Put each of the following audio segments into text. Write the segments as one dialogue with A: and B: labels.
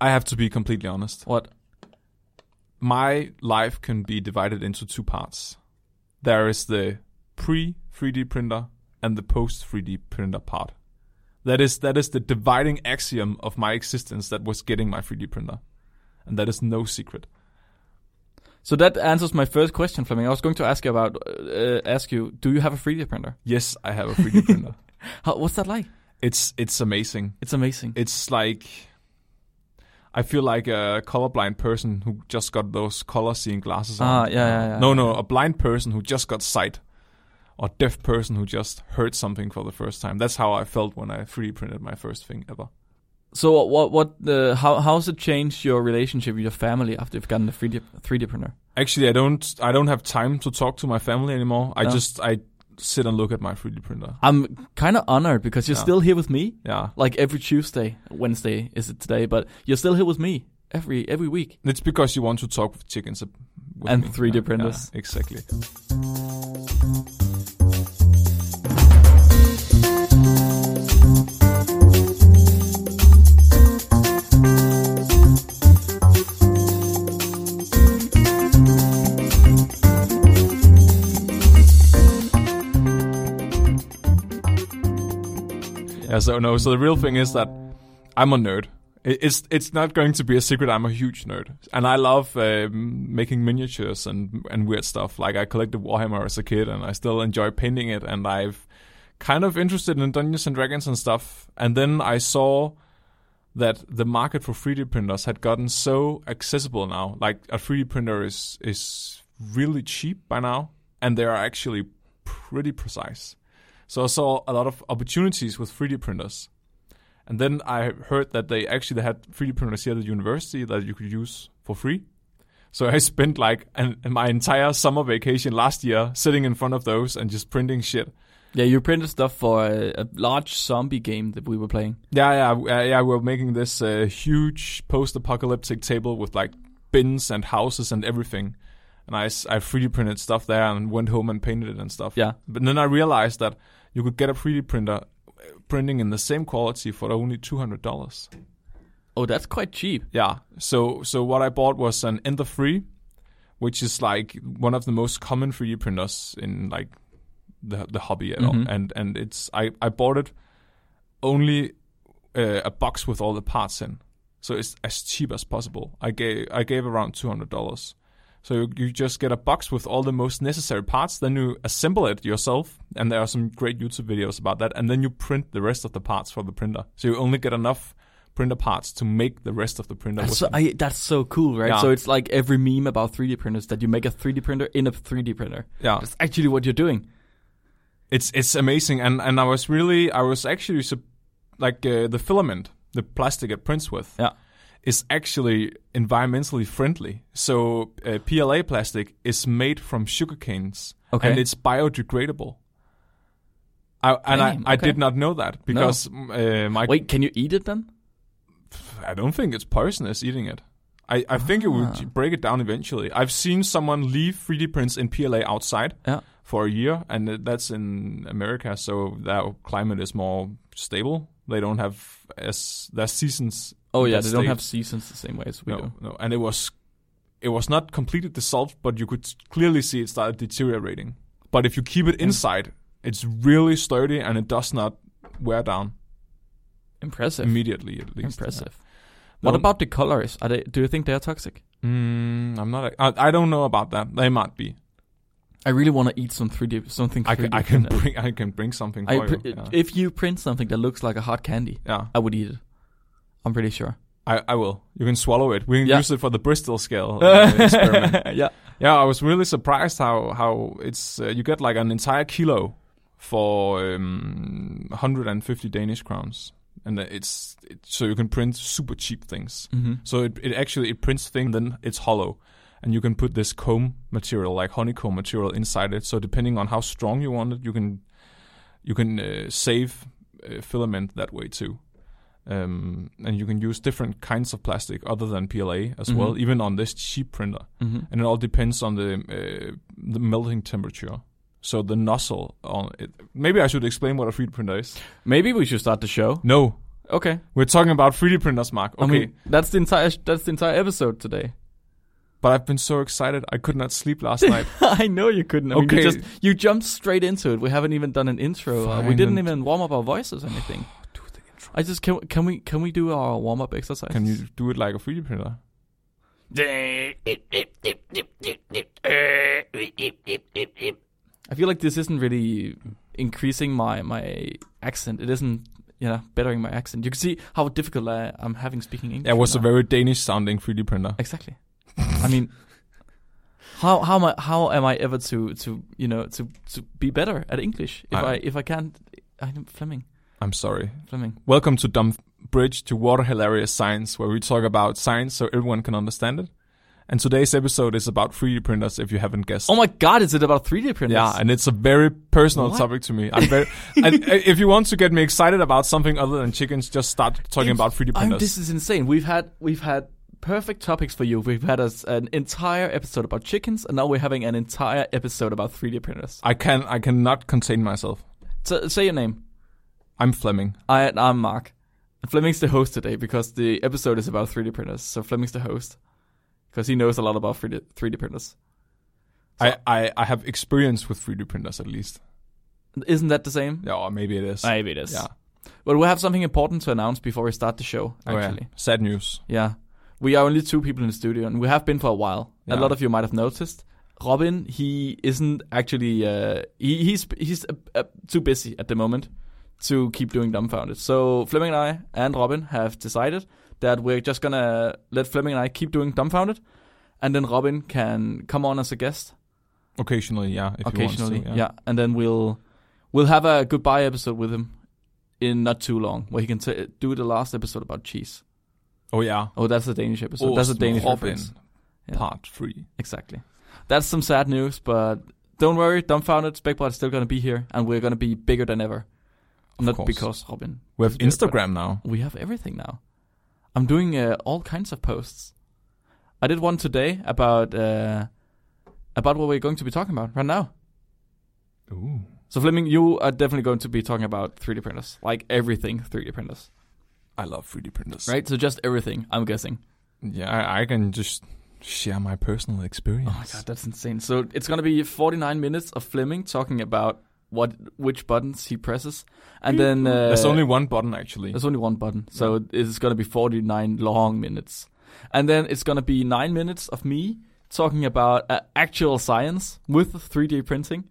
A: I have to be completely honest.
B: What?
A: My life can be divided into two parts. There is the pre 3D printer and the post 3D printer part. That is that is the dividing axiom of my existence that was getting my 3D printer. And that is no secret.
B: So that answers my first question, Fleming. I was going to ask you about uh, ask you, do you have a 3D printer?
A: Yes, I have a 3D printer.
B: How, what's that like?
A: It's it's amazing.
B: It's amazing.
A: It's like I feel like a colorblind person who just got those color seeing glasses
B: Ah,
A: on.
B: yeah, yeah, yeah.
A: No, no, a blind person who just got sight. Or deaf person who just heard something for the first time. That's how I felt when I 3D printed my first thing ever.
B: So what what, what uh, how how has it changed your relationship with your family after you've gotten the 3D 3D printer?
A: Actually, I don't I don't have time to talk to my family anymore. I
B: No.
A: just I sit and look at my 3D printer.
B: I'm kind of honored because you're
A: Yeah.
B: still here with me.
A: Yeah.
B: Like every Tuesday, Wednesday is it today, but you're still here with me every every week.
A: It's because you want to talk with chickens ab- with
B: And
A: me.
B: 3D printers.
A: Yeah, exactly. Yeah. So no. So the real thing is that I'm a nerd. I- It's it's not going to be a secret. I'm a huge nerd, and I love um, making miniatures and and weird stuff. Like I collected Warhammer as a kid, and I still enjoy painting it. And I've kind of interested in Dungeons and Dragons and stuff. And then I saw that the market for 3D printers had gotten so accessible now. Like a 3D printer is is really cheap by now, and they are actually pretty precise. So I saw a lot of opportunities with 3D printers. And then I heard that they actually had 3D printers here at the university that you could use for free. So I spent like an, my entire summer vacation last year sitting in front of those and just printing shit.
B: Yeah, you printed stuff for a, a large zombie game that we were playing.
A: Yeah, yeah, w- uh, yeah. We're making this uh, huge post-apocalyptic table with like bins and houses and everything. And I, s- I 3D printed stuff there and went home and painted it and stuff.
B: Yeah.
A: But then I realized that you could get a 3D printer uh, printing in the same quality for only two hundred dollars.
B: Oh, that's quite cheap.
A: Yeah. So so what I bought was an Ender 3, which is like one of the most common 3D printers in like the the hobby at
B: Mhm.
A: all. And and it's I I bought it only uh, a box with all the parts in. So it's as cheap as possible. I gave I gave around $200. So you, you just get a box with all the most necessary parts, then you assemble it yourself, and there are some great YouTube videos about that, and then you print the rest of the parts for the printer. So you only get enough printer parts to make the rest of the printer.
B: That's
A: with
B: so,
A: them.
B: I, that's so cool, right?
A: Yeah.
B: So it's like every meme about 3D printers that you make a 3D printer in a 3D printer.
A: yeah,
B: That's actually what you're doing.
A: it's it's amazing, and and I was really I was actually sup- like uh, the filament, the plastic it prints with,
B: Yeah.
A: is actually environmentally friendly. So uh, PLA plastic is made from sugar canes,
B: Okay.
A: and it's biodegradable. I, and I,
B: Damn,
A: I
B: okay.
A: did not know that because uh, my
B: Wait, can you eat it then?
A: I don't think it's poisonous eating it. I, I think it
B: Ah.
A: would break it down eventually. I've seen someone leave 3D prints in PLA outside
B: Yeah.
A: for a year, and th- that's in America, so their climate is more stable. They don't have as their seasons.
B: Oh
A: in
B: yeah,
A: that
B: they don't
A: state.
B: have seasons the same way as we do.
A: no, no, and it was it was not completely dissolved, but you could s- clearly see it started deteriorating. But if you keep
B: Mm.
A: it inside, it's really sturdy and it does not wear down
B: Impressive.
A: immediately. At least,
B: Impressive.
A: No,
B: What about the colors? Are they? Do you think they are toxic?
A: Mm, I'm not. I, I don't know about that. They might be.
B: I really want to eat some 3D something. 3D
A: I can. I can
B: printed.
A: bring. I can bring something
B: I
A: for
B: pr-
A: you. Yeah.
B: If you print something that looks like a hard candy,
A: Yeah.
B: I would eat it. I'm pretty sure.
A: I, I will. You can swallow it. We can
B: Yeah.
A: use it for the Bristol scale uh, experiment.
B: yeah.
A: Yeah, I was really surprised how how it's. Uh, you get like an entire kilo for um, 150 Danish crowns, and it's it, so you can print super cheap things.
B: hmm
A: So it, it actually it prints thing, then it's hollow, and you can put this comb material, like honeycomb material, inside it. So depending on how strong you want it, you can you can uh, save uh, filament that way too. Um, and you can use different kinds of plastic other than PLA as
B: Mhm.
A: well, even on this cheap printer.
B: hmm
A: And it all depends on the uh, the melting temperature. So the nozzle on it. Maybe I should explain what a 3D printer is.
B: Maybe we should start the show.
A: No,
B: Okay.
A: We're talking about 3D printers, Mark. Okay.
B: I mean, that's the entire that's the entire episode today.
A: but I've been so excited. I could not sleep last night.
B: I know you couldn't. I mean,
A: Okay.
B: you just you jumped straight into it. We haven't even done an intro. Uh, we
A: Fine,
B: didn't
A: then.
B: even warm up our voices or anything.
A: do the intro.
B: I just can can we can we do our warm up exercise?
A: Can you do it like a 3D printer?
B: I feel like this isn't really increasing my my accent. It isn't you know bettering my accent. You can see how difficult I, I'm having speaking English.
A: Yeah, it was a
B: now.
A: very Danish sounding 3D printer.
B: exactly. I mean, how how am I how am I ever to to you know to to be better at English if I,
A: I-
B: if I can't I'm Fleming
A: I'm sorry.
B: Fleming.
A: Welcome to Dumb Bridge to Water Hilarious Science, where we talk about science so everyone can understand it. And today's episode is about 3D printers, if you haven't guessed.
B: Oh my God! Is it about 3D printers?
A: yeah, and it's a very personal
B: What?
A: topic to me. I'm very, and uh, if you want to get me excited about something other than chickens, just start talking about 3D
B: Oh,
A: printers.
B: this is insane. We've had we've had perfect topics for you. We've had us an entire episode about chickens, and now we're having an entire episode about 3D printers.
A: I can I cannot contain myself.
B: So, say your name.
A: I'm Fleming.
B: I I'm Mark. And Fleming's the host today because the episode is about 3D printers. So Fleming's the host because he knows a lot about 3D 3D printers.
A: I, I, I have experience with 3D printers at least.
B: Isn't that the same?
A: Yeah, or maybe it is.
B: Maybe it is.
A: Yeah.
B: But we have something important to announce before we start the show.
A: Oh, yeah.
B: Actually,
A: Sad news.
B: Yeah. We are only two people in the studio, and we have been for a while. A
A: Yeah.
B: lot of you might have noticed. Robin, he isn't actually. Uh, he, he's he's uh, uh, too busy at the moment to keep doing dumbfounded. So Fleming and I and Robin have decided that we're just gonna let Fleming and I keep doing dumbfounded, and then Robin can come on as a guest
A: Occasionally, yeah. If
B: occasionally.
A: You want to,
B: yeah. and then we'll we'll have a goodbye episode with him in not too long, where he can t- do the last episode about cheese.
A: Oh, yeah.
B: Oh, that's a Danish episode. that's a
A: Osten
B: Danish
A: Robin,
B: reference. Yeah.
A: Part 3.
B: Exactly. That's some sad news, but don't worry, dumbfounded, Specbot is still gonna be here, and we're gonna be bigger than ever.
A: Of
B: Not
A: course.
B: because Robin.
A: We have
B: is good, but
A: Instagram now.
B: We have everything now. I'm doing uh, all kinds of posts. I did one today about uh, about what we're going to be talking about right now.
A: Ooh.
B: So Fleming, you are definitely going to be talking about 3D printers, like everything 3D printers,
A: I love 3D printers.
B: right? So just everything, I'm guessing.
A: Yeah, I, I can just share my personal experience.
B: Oh my god, that's insane. So it's gonna be 49 minutes of Fleming talking about what which buttons he presses, and then uh,
A: There's only one button, actually.
B: there's only one button. So it's gonna be 49 long minutes, and then it's gonna be nine minutes of me talking about uh, actual science with 3D printing.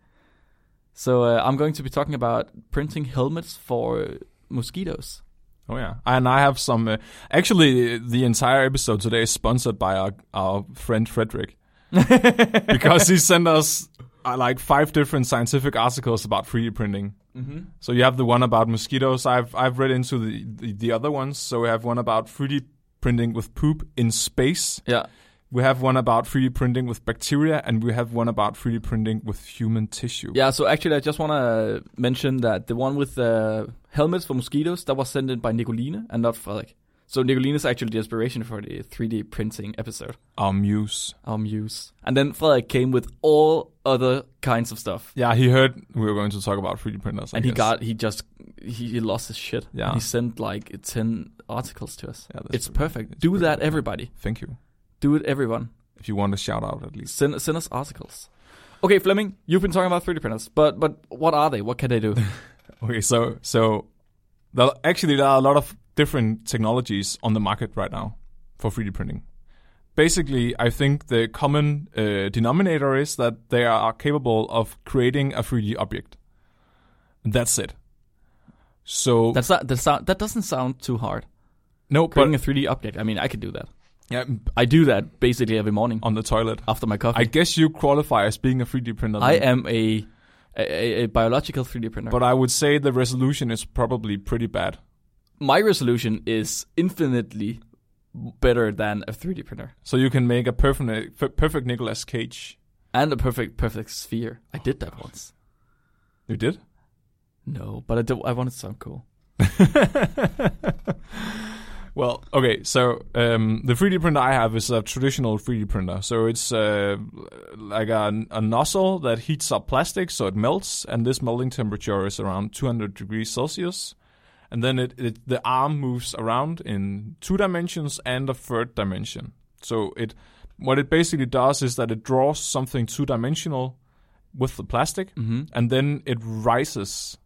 B: So uh, I'm going to be talking about printing helmets for mosquitoes.
A: Oh, yeah. And I have some. Uh, actually, the entire episode today is sponsored by our, our friend Frederick.
B: Mm-hmm.
A: because he sent us uh, like five different scientific articles about 3D printing.
B: Mm-hmm.
A: So you have the one about mosquitoes. I've I've read into the, the, the other ones. So we have one about 3D printing with poop in space.
B: Yeah.
A: We have one about 3D printing with bacteria, and we have one about 3D printing with human tissue.
B: Yeah, so actually, I just want to mention that the one with the helmets for mosquitoes that was sent in by Nicoline and not Fredrik. So Nicoline is actually the inspiration for the 3D printing episode,
A: Our muse.
B: our muse. And then Fredrik came with all other kinds of stuff,
A: Yeah, he heard we were going to talk about 3D printers. I
B: and he
A: guess.
B: got he just he, he lost his shit.
A: Yeah.
B: And he sent like ten articles to us.
A: Yeah, that's
B: it's
A: pretty-
B: perfect.
A: it's
B: Do
A: pretty
B: that,
A: good.
B: everybody.
A: Thank you.
B: Do it, everyone.
A: If you want a shout out, at least.
B: Send send us articles. Okay, Fleming, you've been talking about 3D printers, but but what are they? What can they do?
A: Okay, so so there, actually there are a lot of different technologies on the market right now for 3D printing. Basically, I think the common uh, denominator is that they are capable of creating a 3D object. That's it. So
B: That's not, that's not, that doesn't sound too hard.
A: no, but
B: Creating a 3D object. I mean, I could do that.
A: yeah,
B: I do that basically every morning
A: on the toilet.
B: after my
A: I
B: coffee.
A: guess you qualify as being a 3D printer.
B: I,
A: then.
B: am a, a a- a biological 3D printer. But
A: But I would say the resolution is probably pretty bad.
B: my resolution is infinitely better than a 3D printer
A: So you can make a perfect perfect Nicolas Cage.
B: and a perfect perfect sphere. I did that once.
A: You did?
B: No, but I do, I wanted to sound cool.
A: well, okay, so um, the 3D printer I have is a traditional 3D printer. So it's uh, like a, a nozzle that heats up plastic so it melts, and this melting temperature is around 200 degrees Celsius. and then it, it the arm moves around in two dimensions and a third dimension. So it what it basically does is that it draws something two dimensional with the plastic,
B: Mm-hmm.
A: and then it rises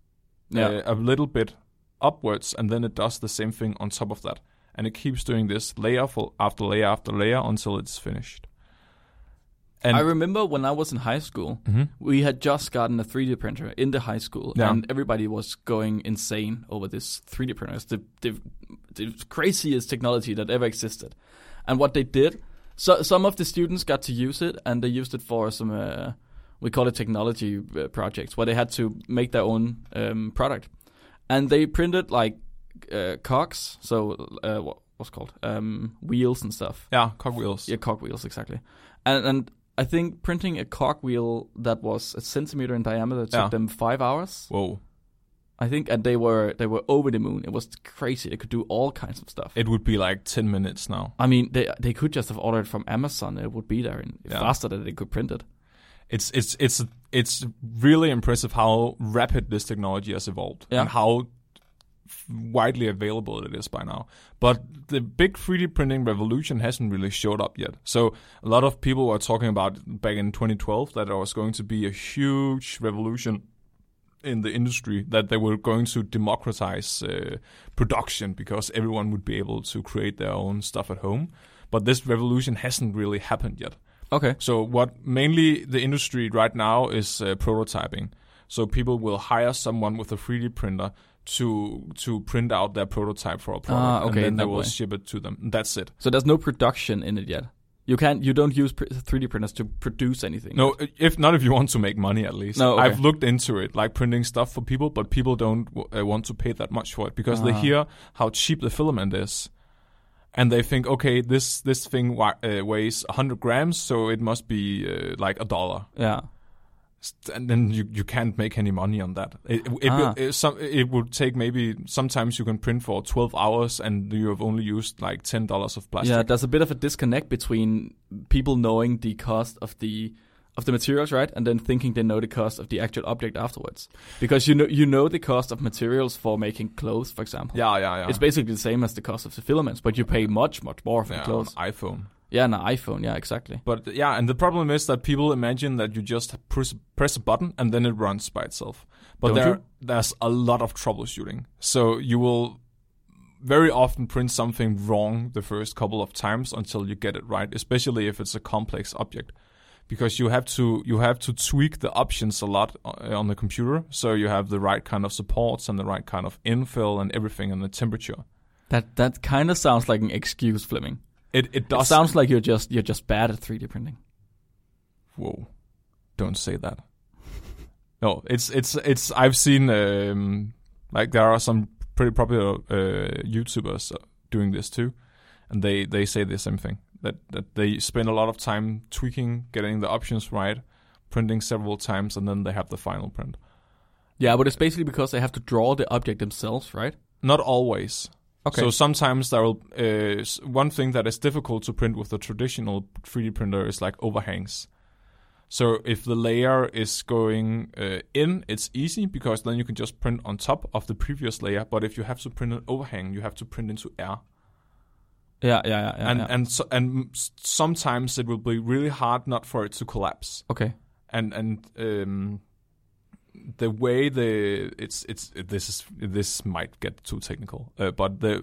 B: Yeah.
A: uh, a little bit upwards, and then it does the same thing on top of that, and it keeps doing this layer for, after layer after layer until it's finished. And
B: I remember when I was in high school,
A: Mhm.
B: we had just gotten a 3D printer in the high school,
A: Yeah.
B: and everybody was going insane over this 3D printer. It's the, the, the craziest technology that ever existed. And what they did, so some of the students got to use it, and they used it for some, uh, we call it technology uh, projects, where they had to make their own um, product. And they printed like uh, cogs, so uh, what, what's it called um, wheels and stuff.
A: yeah, cogwheels.
B: Yeah, cogwheels, exactly. And and I think printing a cogwheel that was a centimeter in diameter took
A: Yeah.
B: them five hours.
A: Whoa,
B: I think, and they were they were over the moon. It was crazy. They could do all kinds of stuff.
A: it would be like ten minutes now.
B: I mean, they they could just have ordered it from Amazon. It would be there in,
A: Yeah.
B: faster than they could print it.
A: it's it's it's it's really impressive how rapid this technology has evolved
B: Yeah.
A: and how widely available it is by now. But the big 3D printing revolution hasn't really showed up yet. So a lot of people were talking about back in 2012 that there was going to be a huge revolution in the industry that they were going to democratize uh, production because everyone would be able to create their own stuff at home. But this revolution hasn't really happened yet.
B: Okay.
A: So what mainly the industry right now is uh, prototyping. So people will hire someone with a 3D printer to to print out their prototype for a product,
B: Ah, okay,
A: and then
B: in
A: they
B: that
A: will
B: way.
A: ship it to them. That's it.
B: So there's no production in it yet. You can't. You don't use three D printers to produce anything.
A: No, if not, if you want to make money, at least.
B: No, okay.
A: I've looked into it, like printing stuff for people, but people don't w- uh, want to pay that much for it because they
B: Ah.
A: hear how cheap the filament is, and they think, okay, this this thing wa- uh, weighs 100 grams, so it must be uh, like a dollar.
B: Yeah.
A: st- and then you, you can't make any money on that. It it,
B: Ah.
A: will, it, some, it would take maybe sometimes you can print for 12 hours and you have only used like $10 of plastic.
B: Yeah, there's a bit of a disconnect between people knowing the cost of the of the materials, right, and then thinking they know the cost of the actual object afterwards. Because you know you know the cost of materials for making clothes, for example.
A: yeah, yeah. yeah.
B: It's basically the same as the cost of the filaments, but you pay much, much more for the
A: yeah, on
B: clothes.
A: iPhone.
B: Yeah, and an iPhone. Yeah, exactly.
A: But yeah, and the problem is that people imagine that you just press, press a button and then it runs by itself. But
B: Don't
A: there
B: you?
A: there's a lot of troubleshooting. So you will very often print something wrong the first couple of times until you get it right, especially if it's a complex object. Because you have to you have to tweak the options a lot uh, on the computer, so you have the right kind of supports and the right kind of infill and everything and the temperature.
B: That that kind of sounds like an excuse, Fleming.
A: It it
B: It
A: does.
B: sounds like you're just you're just bad at 3D printing.
A: Whoa! Don't say that. No, it's it's it's. I've seen um, like there are some pretty popular uh, YouTubers doing this too, and they they say the same thing that that they spend a lot of time tweaking, getting the options right, printing several times, and then they have the final print.
B: Yeah, but it's basically because they have to draw the object themselves, right?
A: Not always.
B: Okay.
A: So sometimes there will uh, s- one thing that is difficult to print with a traditional 3D printer is like overhangs. So if the layer is going uh, in, it's easy because then you can just print on top of the previous layer. But if you have to print an overhang, you have to print into air,
B: yeah, yeah, yeah. yeah,
A: and
B: yeah.
A: and so, and s- sometimes it will be really hard not for it to collapse
B: okay.
A: and and um, the way the it's it's this is this might get too technical, uh, but the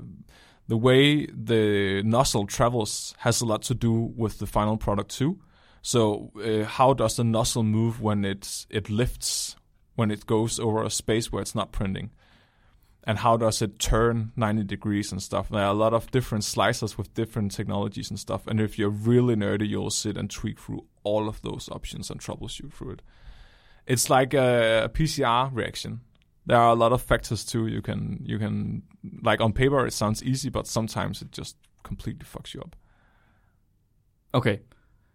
A: the way the nozzle travels has a lot to do with the final product too. So uh, how does the nozzle move when it's it lifts when it goes over a space where it's not printing? And how does it turn 90 degrees and stuff? There are a lot of different slicers with different technologies and stuff. And if you're really nerdy, you'll sit and tweak through all of those options and troubleshoot through it. It's like a PCR reaction. There are a lot of factors too. You can you can like on paper it sounds easy, but sometimes it just completely fucks you up.
B: Okay.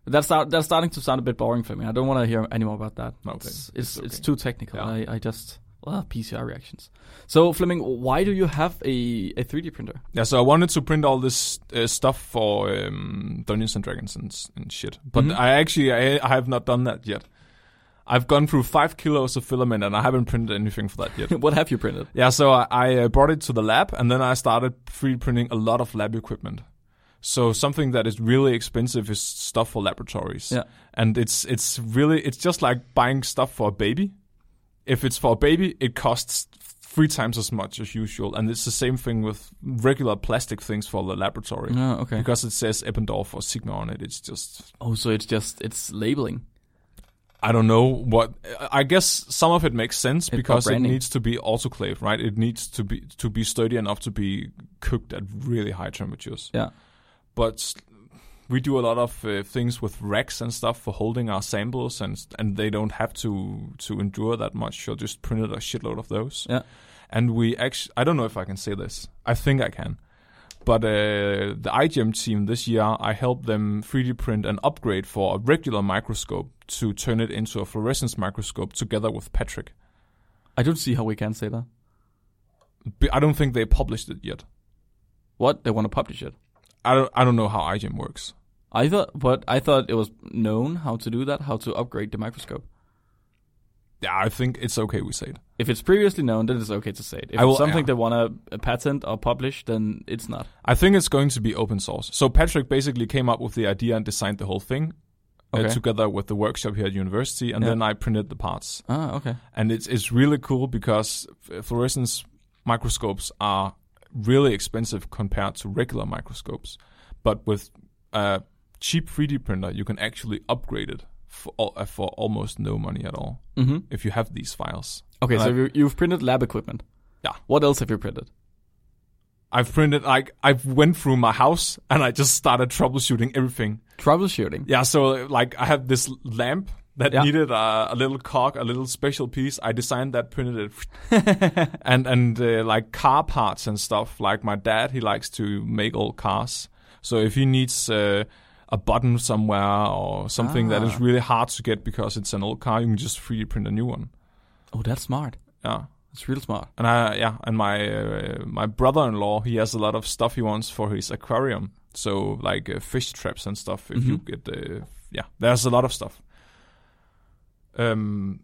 B: That's start, that's starting to sound a bit boring for me. I don't want to hear any more about that.
A: No,
B: It's
A: it's-
B: it's,
A: it's
B: it's
A: okay.
B: too technical.
A: Yeah.
B: I, I just ah, well, PCR reactions. So Fleming, why do you have a, a 3D printer?
A: Yeah, so I wanted to print all this uh, stuff for um, Dungeons and Dragons and, s- and shit, but
B: Mhm.
A: I actually I, I have not done that yet. I've gone through five kilos of filament, and I haven't printed anything for that yet.
B: what have you printed?
A: Yeah, so I, I uh, brought it to the lab, and then I started 3D printing a lot of lab equipment. So something that is really expensive is stuff for laboratories.
B: Yeah.
A: and it's it's really it's just like buying stuff for a baby. If it's for a baby, it costs three times as much as usual, and it's the same thing with regular plastic things for the laboratory
B: Oh, okay.
A: because it says Eppendorf or Sigma on it. It's just
B: Oh, so it's just it's labeling.
A: I don't know what. I guess some of it makes sense
B: got
A: because it
B: branding.
A: needs to be autoclaved, right? It needs to be to be sturdy enough to be cooked at really high temperatures.
B: Yeah.
A: But s- we do a lot of uh, things with racks and stuff for holding our samples, and s- and they don't have to to endure that much. You'll just printed a shitload of those.
B: Yeah.
A: And we actually, I don't know if I can say this. I think I can. But uh, the IGM team this year, I helped them 3D print an upgrade for a regular microscope to turn it into a fluorescence microscope together with Patrick.
B: I don't see how we can say that.
A: But I don't think they published it yet.
B: What they want to publish it?
A: I don't, I don't know how IGM works.
B: I thought, but I thought it was known how to do that, how to upgrade the microscope.
A: Yeah, I think it's okay we say it.
B: If it's previously known, then it's okay to say it. If
A: I will-
B: it's something
A: yeah.
B: they want to patent or publish, then it's not.
A: I think it's going to be open source. So Patrick basically came up with the idea and designed the whole thing uh,
B: Okay.
A: together with the workshop here at university, and
B: Yeah.
A: then I printed the parts.
B: Ah, okay.
A: and it's it's really cool because f- fluorescence microscopes are really expensive compared to regular microscopes, but with a cheap 3D printer, you can actually upgrade it for al- uh, for almost no money at all
B: hmm
A: if you have these files.
B: Okay, so
A: Right.
B: you, you've printed lab equipment.
A: Yeah.
B: What else have you printed?
A: I've printed like I've went through my house and I just started troubleshooting everything.
B: Troubleshooting.
A: Yeah, so like I have this lamp that
B: Yeah.
A: needed a, a little cog, a little special piece. I designed that, printed it, and and uh, like car parts and stuff. Like my dad, he likes to make old cars, so if he needs. Uh, a button somewhere or something that
B: Ah.
A: is really hard to get because it's an old car, you can just 3D print a new one.
B: Oh, that's smart.
A: Yeah,
B: That's real smart.
A: and I yeah, and my uh, my brother-in-law he has a lot of stuff he wants for his aquarium, so like uh, fish traps and stuff. If you
B: Mhm.
A: get uh, yeah, there's a lot of stuff. Um,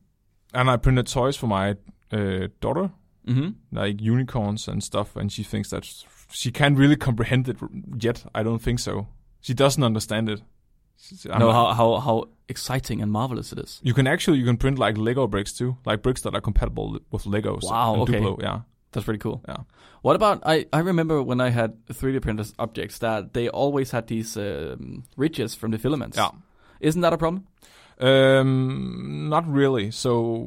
A: and I printed toys for my uh, daughter,
B: Mm-hmm.
A: like unicorns and stuff, and she thinks that she can't really comprehend it yet. I don't think so. She doesn't understand it. She's- I'm
B: No,
A: like-
B: how, how how exciting and marvelous it is.
A: you can actually you can print like Lego bricks too, like bricks that are compatible with Legos.
B: Wow,
A: and
B: okay.
A: Duplo, yeah.
B: That's pretty cool.
A: Yeah.
B: What about I? I remember when I had 3D printers objects that they always had these um, ridges from the filaments.
A: Yeah.
B: Isn't that a problem?
A: Um, not really. So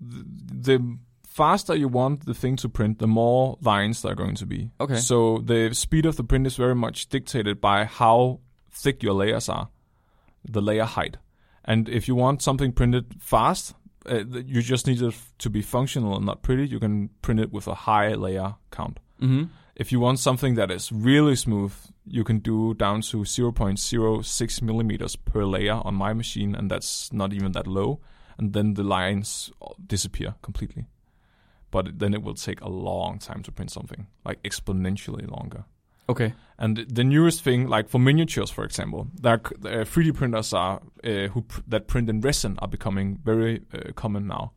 A: th- the faster you want the thing to print, the more lines there are going to be.
B: Okay.
A: So the speed of the print is very much dictated by how thick your layers are, the layer height. And if you want something printed fast, uh, th- you just need it f- to be functional and not pretty. You can print it with a high layer count.
B: Mm-hmm.
A: If you want something that is really smooth, you can do down to 0.06 millimeters per layer on my machine, and that's not even that low. And then the lines disappear completely. But then it will take a long time to print something, like exponentially longer.
B: Okay.
A: And the newest thing, like for miniatures, for example, that uh, 3D printers are uh, who pr- that print in resin are becoming very uh, common now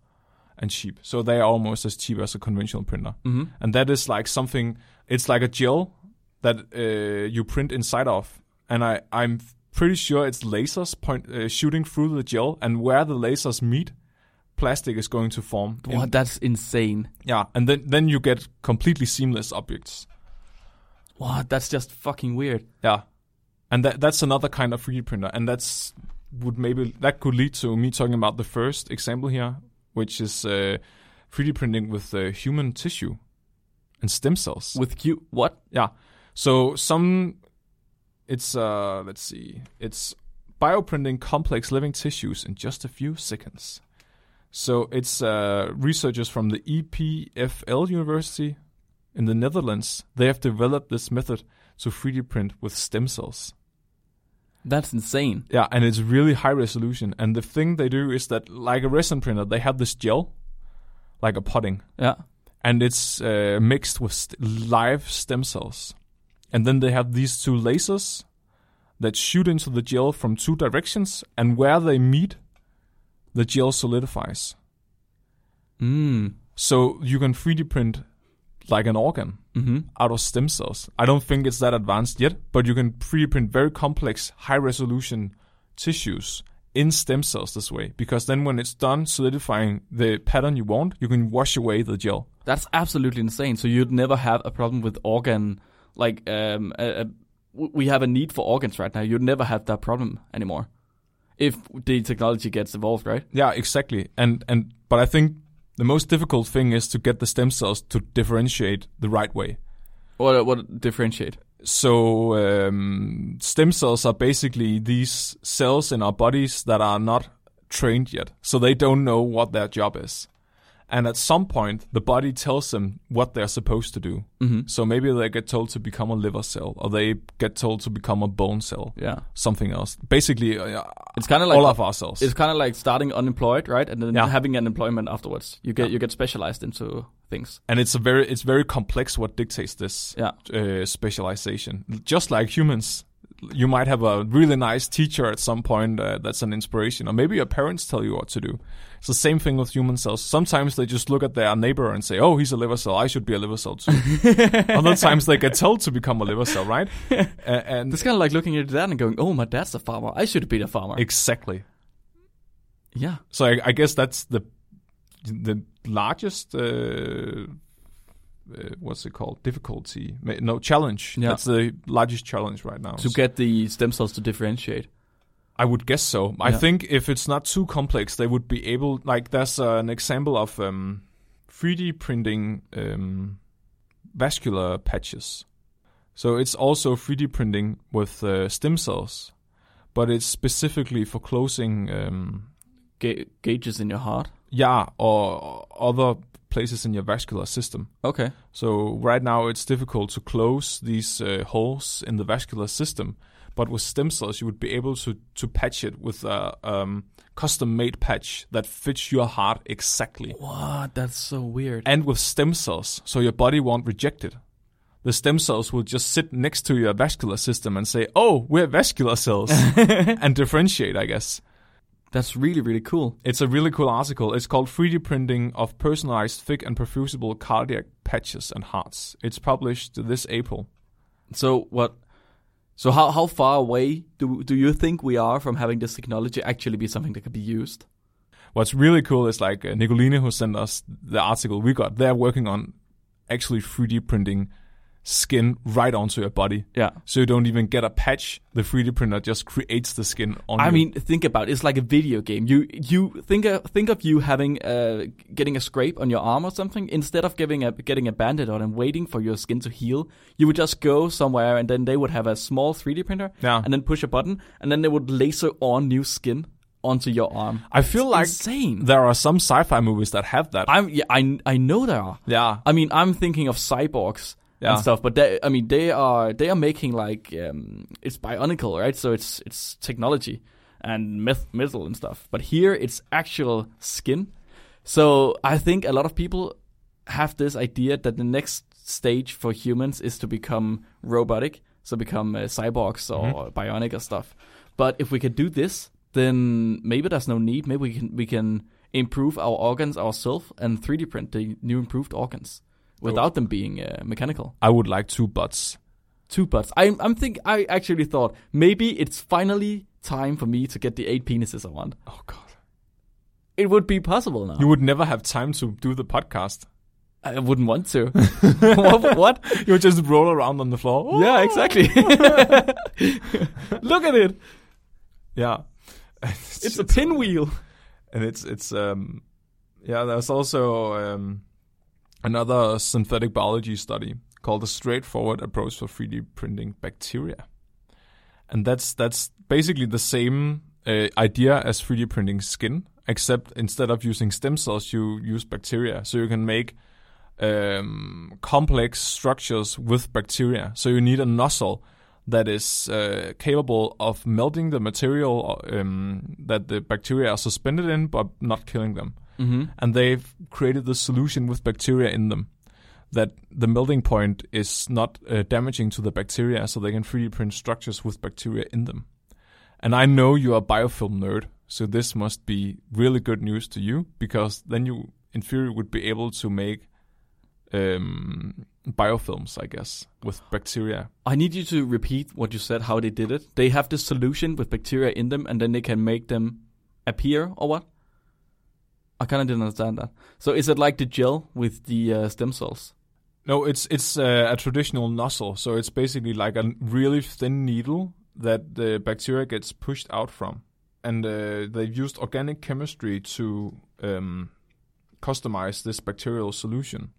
A: and cheap. So they are almost as cheap as a conventional printer
B: Mm-hmm.
A: and that is like something it's like a gel that uh, you print inside of and i i'm pretty sure it's lasers point uh, shooting through the gel and where the lasers meet plastic is going to form in-
B: Wow, that's insane.
A: yeah and then then you get completely seamless objects
B: Wow, that's just fucking weird.
A: yeah and that that's another kind of 3d printer and that's would maybe that could lead to me talking about the first example here which is uh, 3d printing with uh, human tissue and stem cells
B: With Q, what?
A: Yeah. So some it's uh let's see. It's bioprinting complex living tissues in just a few seconds. So it's uh researchers from the E EPFL University in the Netherlands. They have developed this method to 3D print with stem cells.
B: That's insane.
A: Yeah, and it's really high resolution. And the thing they do is that like a resin printer, they have this gel like a pudding
B: Yeah.
A: and it's uh, mixed with st- live stem cells. And then they have these two lasers that shoot into the gel from two directions, and where they meet the gel solidifies.
B: Mm.
A: So you can 3D print like an organ
B: Mm-hmm.
A: out of stem cells. I don't think it's that advanced yet, but you can 3D print very complex, high resolution tissues in stem cells this way because then when it's done solidifying the pattern you want, you can wash away the gel.
B: That's absolutely insane. So you'd never have a problem with organ, like um, a, a, w- we have a need for organs right now. You'd never have that problem anymore if the technology gets evolved, right?
A: Yeah, exactly. And and but I think the most difficult thing is to get the stem cells to differentiate the right way.
B: What what differentiate?
A: So um, stem cells are basically these cells in our bodies that are not trained yet, so they don't know what their job is. And at some point, the body tells them what they're supposed to do.
B: Mm-hmm.
A: So maybe they get told to become a liver cell, or they get told to become a bone cell,
B: Yeah,
A: something else. Basically, uh,
B: it's kind of like
A: all of our cells.
B: it's kind of like starting unemployed, right? And then
A: Yeah.
B: having an employment afterwards. You get
A: Yeah.
B: you get specialized into things.
A: and it's a very it's very complex what dictates this
B: Yeah.
A: uh, specialization just like humans you might have a really nice teacher at some point uh, that's an inspiration or maybe your parents tell you what to do it's the same thing with human cells sometimes they just look at their neighbor and say oh he's a liver cell i should be a liver cell too other times they get told to become a liver cell right A- and
B: It's kind of like looking at your dad and going, "Oh, my dad's a farmer. I should be a farmer."
A: exactly
B: yeah.
A: so I, I guess that's the the largest uh, uh, what's it called difficulty Ma- no challenge
B: Yeah.
A: that's the largest challenge right now
B: To get the stem cells to differentiate.
A: I would guess so I
B: Yeah.
A: think if it's not too complex they would be able like there's uh, an example of um, 3D printing um, vascular patches so it's also 3D printing with uh, stem cells but it's specifically for closing um,
B: Ga- gauges in your heart.
A: yeah or other places in your vascular system
B: Okay.
A: so right now it's difficult to close these uh, holes in the vascular system but with stem cells you would be able to to patch it with a um, custom made patch that fits your heart exactly
B: What? That's so weird.
A: and with stem cells so your body won't reject it the stem cells will just sit next to your vascular system and say oh we're vascular cells and differentiate i guess
B: That's really really cool.
A: It's a really cool article. It's called 3D Printing of Personalized Thick and Perfusible Cardiac Patches and Hearts. It's published this April.
B: So what? So how how far away do do you think we are from having this technology actually be something that could be used?
A: What's really cool is like uh, Nicolina, who sent us the article we got, they're working on actually 3D printing skin right onto your body.
B: Yeah.
A: So you don't even get a patch. The 3D printer just creates the skin on
B: I
A: you.
B: mean, think about it. it's like a video game. You you think of, think of you having uh getting a scrape on your arm or something instead of giving a getting a bandage on and waiting for your skin to heal. You would just go somewhere and then they would have a small 3D printer
A: yeah.
B: and then push a button and then they would laser on new skin onto your arm.
A: I feel like
B: Insane.
A: there are some sci-fi movies that have that.
B: I'm yeah, I I know there are.
A: yeah.
B: I mean, I'm thinking of cyborgs
A: Yeah.
B: and stuff, but they, I mean, they are they are making like um, it's bionical, right? So it's it's technology and meth- metal and stuff. But here it's actual skin. So I think a lot of people have this idea that the next stage for humans is to become robotic, so become uh, cyborgs or bionic or stuff. But if we could do this, then maybe there's no need. Maybe we can we can improve our organs ourselves and 3D print the new improved organs without them being uh, mechanical.
A: I would like two butts.
B: Two butts. I I'm think I actually thought maybe it's finally time for me to get the eight penises I want.
A: Oh god.
B: It would be possible now.
A: You would never have time to do the podcast.
B: I wouldn't want to. what? what?
A: You would just roll around on the floor.
B: Yeah, exactly. Look at it.
A: Yeah.
B: It's a pinwheel.
A: and it's it's um yeah, there's also um another synthetic biology study called the straightforward approach for 3D printing bacteria. And that's that's basically the same uh, idea as 3D printing skin, except instead of using stem cells, you use bacteria. So you can make um, complex structures with bacteria. So you need a nozzle that is uh, capable of melting the material um, that the bacteria are suspended in, but not killing them.
B: Mm-hmm.
A: And they've created the solution with bacteria in them that the melting point is not uh, damaging to the bacteria, so they can 3D print structures with bacteria in them. And I know you're a biofilm nerd, So this must be really good news to you because then you, in theory, would be able to make um, biofilms, I guess, with bacteria.
B: I need you to repeat what you said, how they did it. They have this solution with bacteria in them, and then they can make them appear, or what? I kind of didn't understand that. So is it like the gel with the uh, stem cells?
A: No, it's it's uh, a traditional nozzle, so it's basically like a really thin needle that the bacteria gets pushed out from, and uh, they've used organic chemistry to um, customize this bacterial solution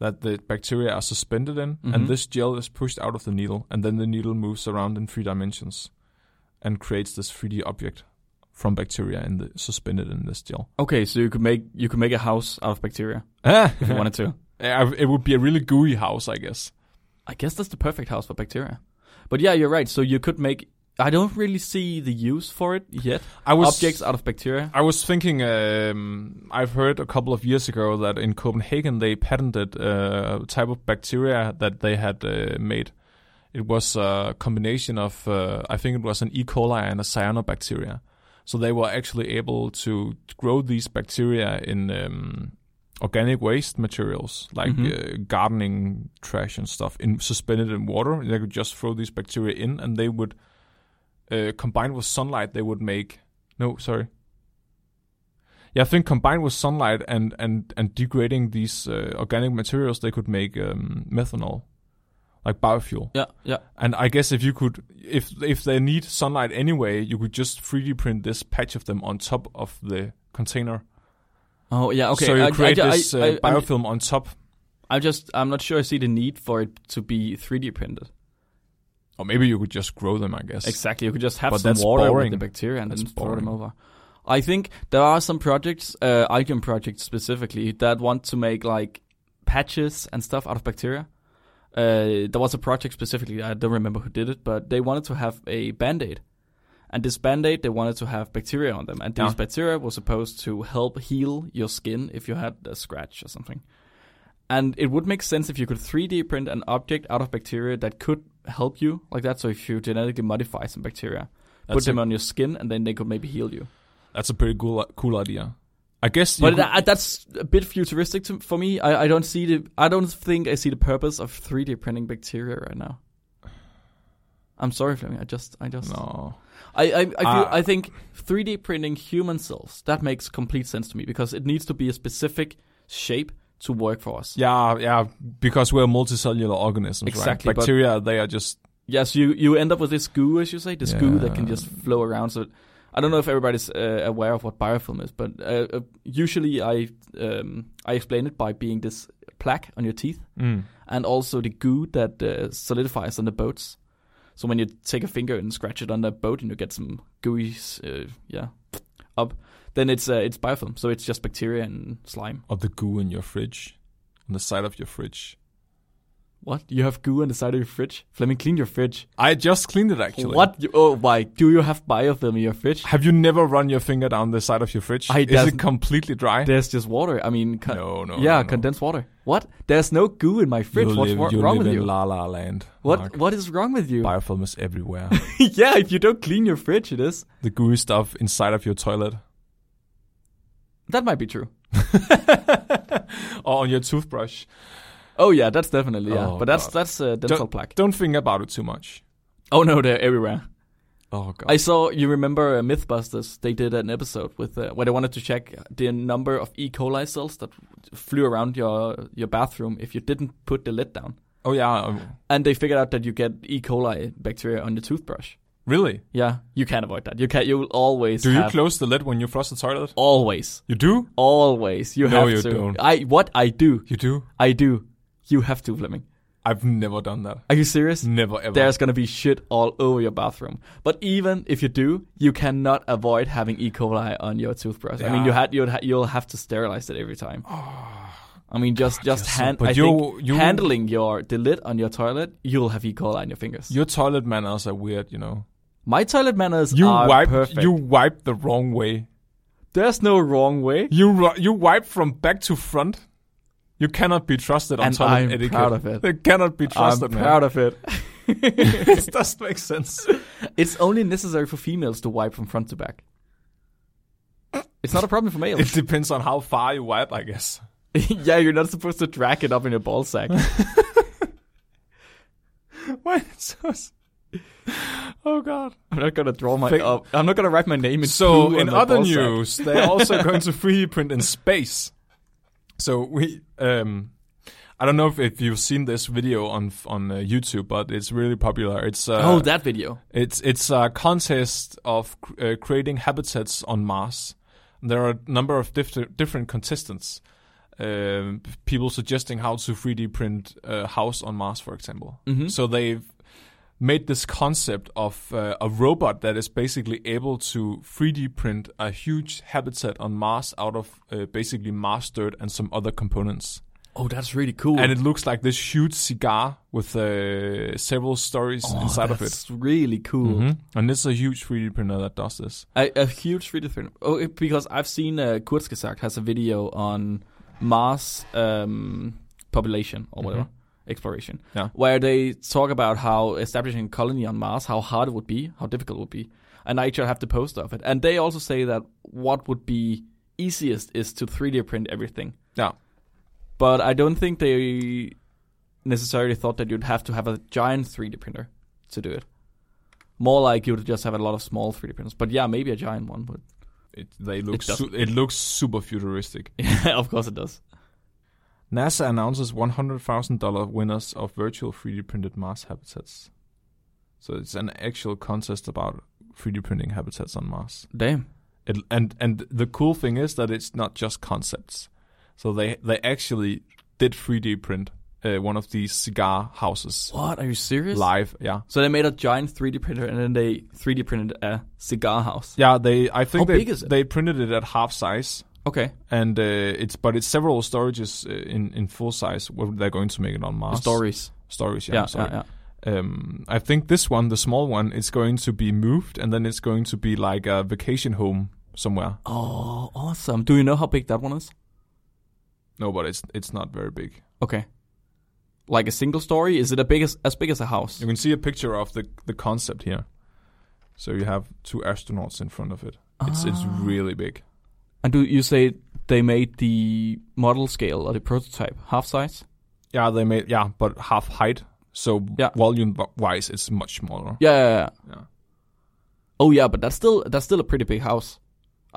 A: that the bacteria are suspended in,
B: Mhm.
A: and this gel is pushed out of the needle, and then the needle moves around in three dimensions, and creates this 3D object from bacteria in the suspended in this gel.
B: Okay, so you could make you could make a house out of bacteria Ah! if you wanted to.
A: Uh, it would be a really gooey house, I guess.
B: I guess that's the perfect house for bacteria. But yeah, you're right. So you could make. I don't really see the use for it yet.
A: I was
B: Objects out of bacteria.
A: I was thinking, um, I've heard a couple of years ago that in Copenhagen they patented uh, a type of bacteria that they had uh, made. It was a combination of, uh, I think it was an E. coli and a cyanobacteria. So they were actually able to grow these bacteria in um, organic waste materials, like
B: Mhm.
A: uh, gardening trash and stuff, in suspended in water. They could just throw these bacteria in, and they would uh, combined with sunlight, they would make no, sorry. Yeah, I think combined with sunlight and and and degrading these uh, organic materials, they could make um, methanol, like biofuel.
B: Yeah, yeah.
A: And I guess if you could, if if they need sunlight anyway, you could just 3D print this patch of them on top of the container.
B: Oh yeah. Okay.
A: So you
B: I- I-
A: create
B: I-
A: this uh,
B: I- I'm-
A: biofilm on top,
B: I just I'm not sure I see the need for it to be 3D printed.
A: or maybe you could just grow them. I guess.
B: Exactly. You could just have
A: But
B: some
A: that's
B: water
A: boring.
B: with the bacteria and then
A: That's
B: throw them
A: boring.
B: over. I think there are some projects, uh, IGEM projects specifically, that want to make like patches and stuff out of bacteria. Uh, there was a project specifically, I don't remember who did it, but they wanted to have a band aid. And this band aid, they wanted to have bacteria on them. And these
A: Yeah.
B: bacteria were supposed to help heal your skin if you had a scratch or something. And it would make sense if you could 3D print an object out of bacteria that could help you like that. So if you genetically modify some bacteria, put
A: That's
B: them
A: a,
B: on your skin, and then they could maybe heal you.
A: that's a pretty cool cool idea. I guess. you
B: But
A: could-
B: that, that's a bit futuristic to, for me. I, I don't see the. I don't think I see the purpose of 3D printing bacteria right now. I'm sorry, Fleming. I just, I just,
A: no.
B: I, I, I, feel,
A: Ah.
B: I think 3D printing human cells that makes complete sense to me because it needs to be a specific shape to work for us.
A: Yeah, yeah, because we're multicellular organisms,
B: Exactly,
A: right?
B: but-
A: Bacteria, they are just
B: Yes, you you end up with this goo, as you say, this goo that can
A: Yeah.
B: just flow around. So, I don't know if everybody's uh, aware of what biofilm is, but uh, uh, usually I um, I explain it by being this plaque on your teeth and also the goo that uh, solidifies on the boats. So when you take a finger and scratch it on the boat, and you get some gooey, s- uh, yeah, up. Then it's uh, it's biofilm, so it's just bacteria and slime.
A: of the goo in your fridge, on the side of your fridge.
B: What you have goo on the side of your fridge? Fleming, clean your fridge.
A: I just cleaned it actually.
B: What? You, oh, why? Do you have biofilm in your fridge?
A: Have you never run your finger down the side of your fridge?
B: I
A: Is
B: doesn't-
A: it completely dry?
B: There's just water. I mean, con-
A: no, no.
B: yeah,
A: no, no.
B: condensed water. What? There's no goo in my fridge.
A: You
B: What's
A: live,
B: wor-
A: you
B: wrong
A: live
B: with
A: in
B: you?
A: La La Land.
B: what?
A: Mark.
B: What is wrong with you?
A: Biofilm is everywhere.
B: yeah, if you don't clean your fridge, it is.
A: the gooey stuff inside of your toilet,
B: That might be true.
A: or on your toothbrush.
B: Oh yeah, that's definitely yeah.
A: Oh,
B: but that's
A: God.
B: that's uh, dental plaque.
A: Don't think about it too much.
B: Oh no, they're everywhere.
A: Oh god.
B: I saw. You remember uh, MythBusters? They did an episode with uh, where they wanted to check the number of E. coli cells that flew around your your bathroom if you didn't put the lid down.
A: oh yeah. um,
B: And they figured out that you get E. coli bacteria on your toothbrush.
A: Really?
B: Yeah, you can't avoid that. You can. You will always.
A: Do you
B: have-
A: close the lid when you flush the toilet?
B: Always,
A: You do?
B: always. You No, have
A: you
B: to.
A: don't.
B: I what I do,
A: You do?
B: I do. You have to, Fleming.
A: I've never done that.
B: Are you serious?
A: Never ever.
B: There's gonna be shit all over your bathroom. But even if you do, you cannot avoid having E. coli on your toothbrush. I mean, you
A: Yeah.
B: had you'd ha- you'll have to sterilize it every time. I mean, just just
A: Ah, you're so-
B: hand.
A: but
B: I
A: you-
B: think
A: you-
B: handling your the lid on your toilet, you'll have E. coli on your fingers.
A: Your toilet manners are weird, you know.
B: My toilet manners
A: You
B: are
A: wipe,
B: Ah, perfect.
A: you wipe the wrong way.
B: There's no wrong way,
A: You ru- you wipe from back to front. You cannot be trusted on
B: and
A: toilet
B: I'm
A: etiquette.
B: proud of it.
A: You cannot be
B: I'm
A: trusted, man.
B: proud of it.
A: it does make sense.
B: It's only necessary for females to wipe from front to back. It's not a problem for males.
A: It depends on how far you wipe, I guess.
B: yeah, you're not supposed to drag it up in your ball sack.
A: Why so? Oh god.
B: I'm not gonna draw my.
A: Fake-
B: up. I'm not gonna write my name in.
A: So
B: poo
A: in
B: on my
A: other
B: ball sack.
A: news, they're also going to 3D print in space. So we, um, I don't know if, if you've seen this video on on uh, YouTube, but it's really popular. It's uh,
B: oh, that video.
A: It's it's a contest of cr- uh, creating habitats on Mars. There are a number of diff- different contestants. Um, p- people suggesting how to 3D print a house on Mars, for example.
B: Mhm.
A: So they've made this concept of uh, a robot that is basically able to 3D print a huge habitat on Mars out of uh, basically Mars dirt and some other components.
B: Oh, that's really cool.
A: And it looks like this huge cigar with uh, several stories inside of it.
B: Oh, That's really cool.
A: Mm-hmm. And this is a huge 3D printer that does this.
B: A, a huge 3D print. Oh, it- because I've seen uh, Kurzgesagt has a video on Mars um, population or whatever exploration,
A: Mm-hmm. Yeah.
B: where they talk about how establishing a colony on Mars, how hard it would be, how difficult it would be, and I actually have the poster of it. And they also say that what would be easiest is to 3D print everything.
A: Yeah.
B: But I don't think they necessarily thought that you'd have to have a giant 3D printer to do it. More like you would just have a lot of small 3D printers. But yeah, maybe a giant one would.
A: It they look
B: It
A: it,
B: does.
A: su- it looks super futuristic.
B: Yeah, of course it does.
A: NASA announces $100,000 winners of virtual 3D printed Mars habitats. So it's an actual contest about 3D printing habitats on Mars.
B: Damn.
A: It, and and the cool thing is that it's not just concepts. So they they actually did 3D print uh, one of these cigar houses
B: What? Are you serious?
A: live. Yeah.
B: So they made a giant 3D printer and then they 3D printed a cigar house.
A: Yeah, they I think
B: How
A: they
B: big is it?
A: they printed it at half size.
B: Okay.
A: and uh, it's but it's several storages uh, in in full size. What they're going to make it on Mars.
B: Stories.
A: Stories, yeah.
B: Yeah,
A: sorry.
B: yeah, yeah.
A: Um, I think this one, the small one, it's going to be moved, and then it's going to be like a vacation home somewhere.
B: Oh, awesome. Do you know how big that one is?
A: No, but it's it's not very big.
B: Okay. Like a single story? Is it a big as, as big as a house?
A: You can see a picture of the the concept here. So you have two astronauts in front of it. It's it's
B: Ah.
A: really big.
B: And do you say they made the model scale or the prototype half size?
A: Yeah, they made yeah, but half height. So
B: Yeah.
A: volume wise, it's much smaller.
B: Yeah, yeah, yeah.
A: Yeah.
B: Oh yeah, but that's still that's still a pretty big house.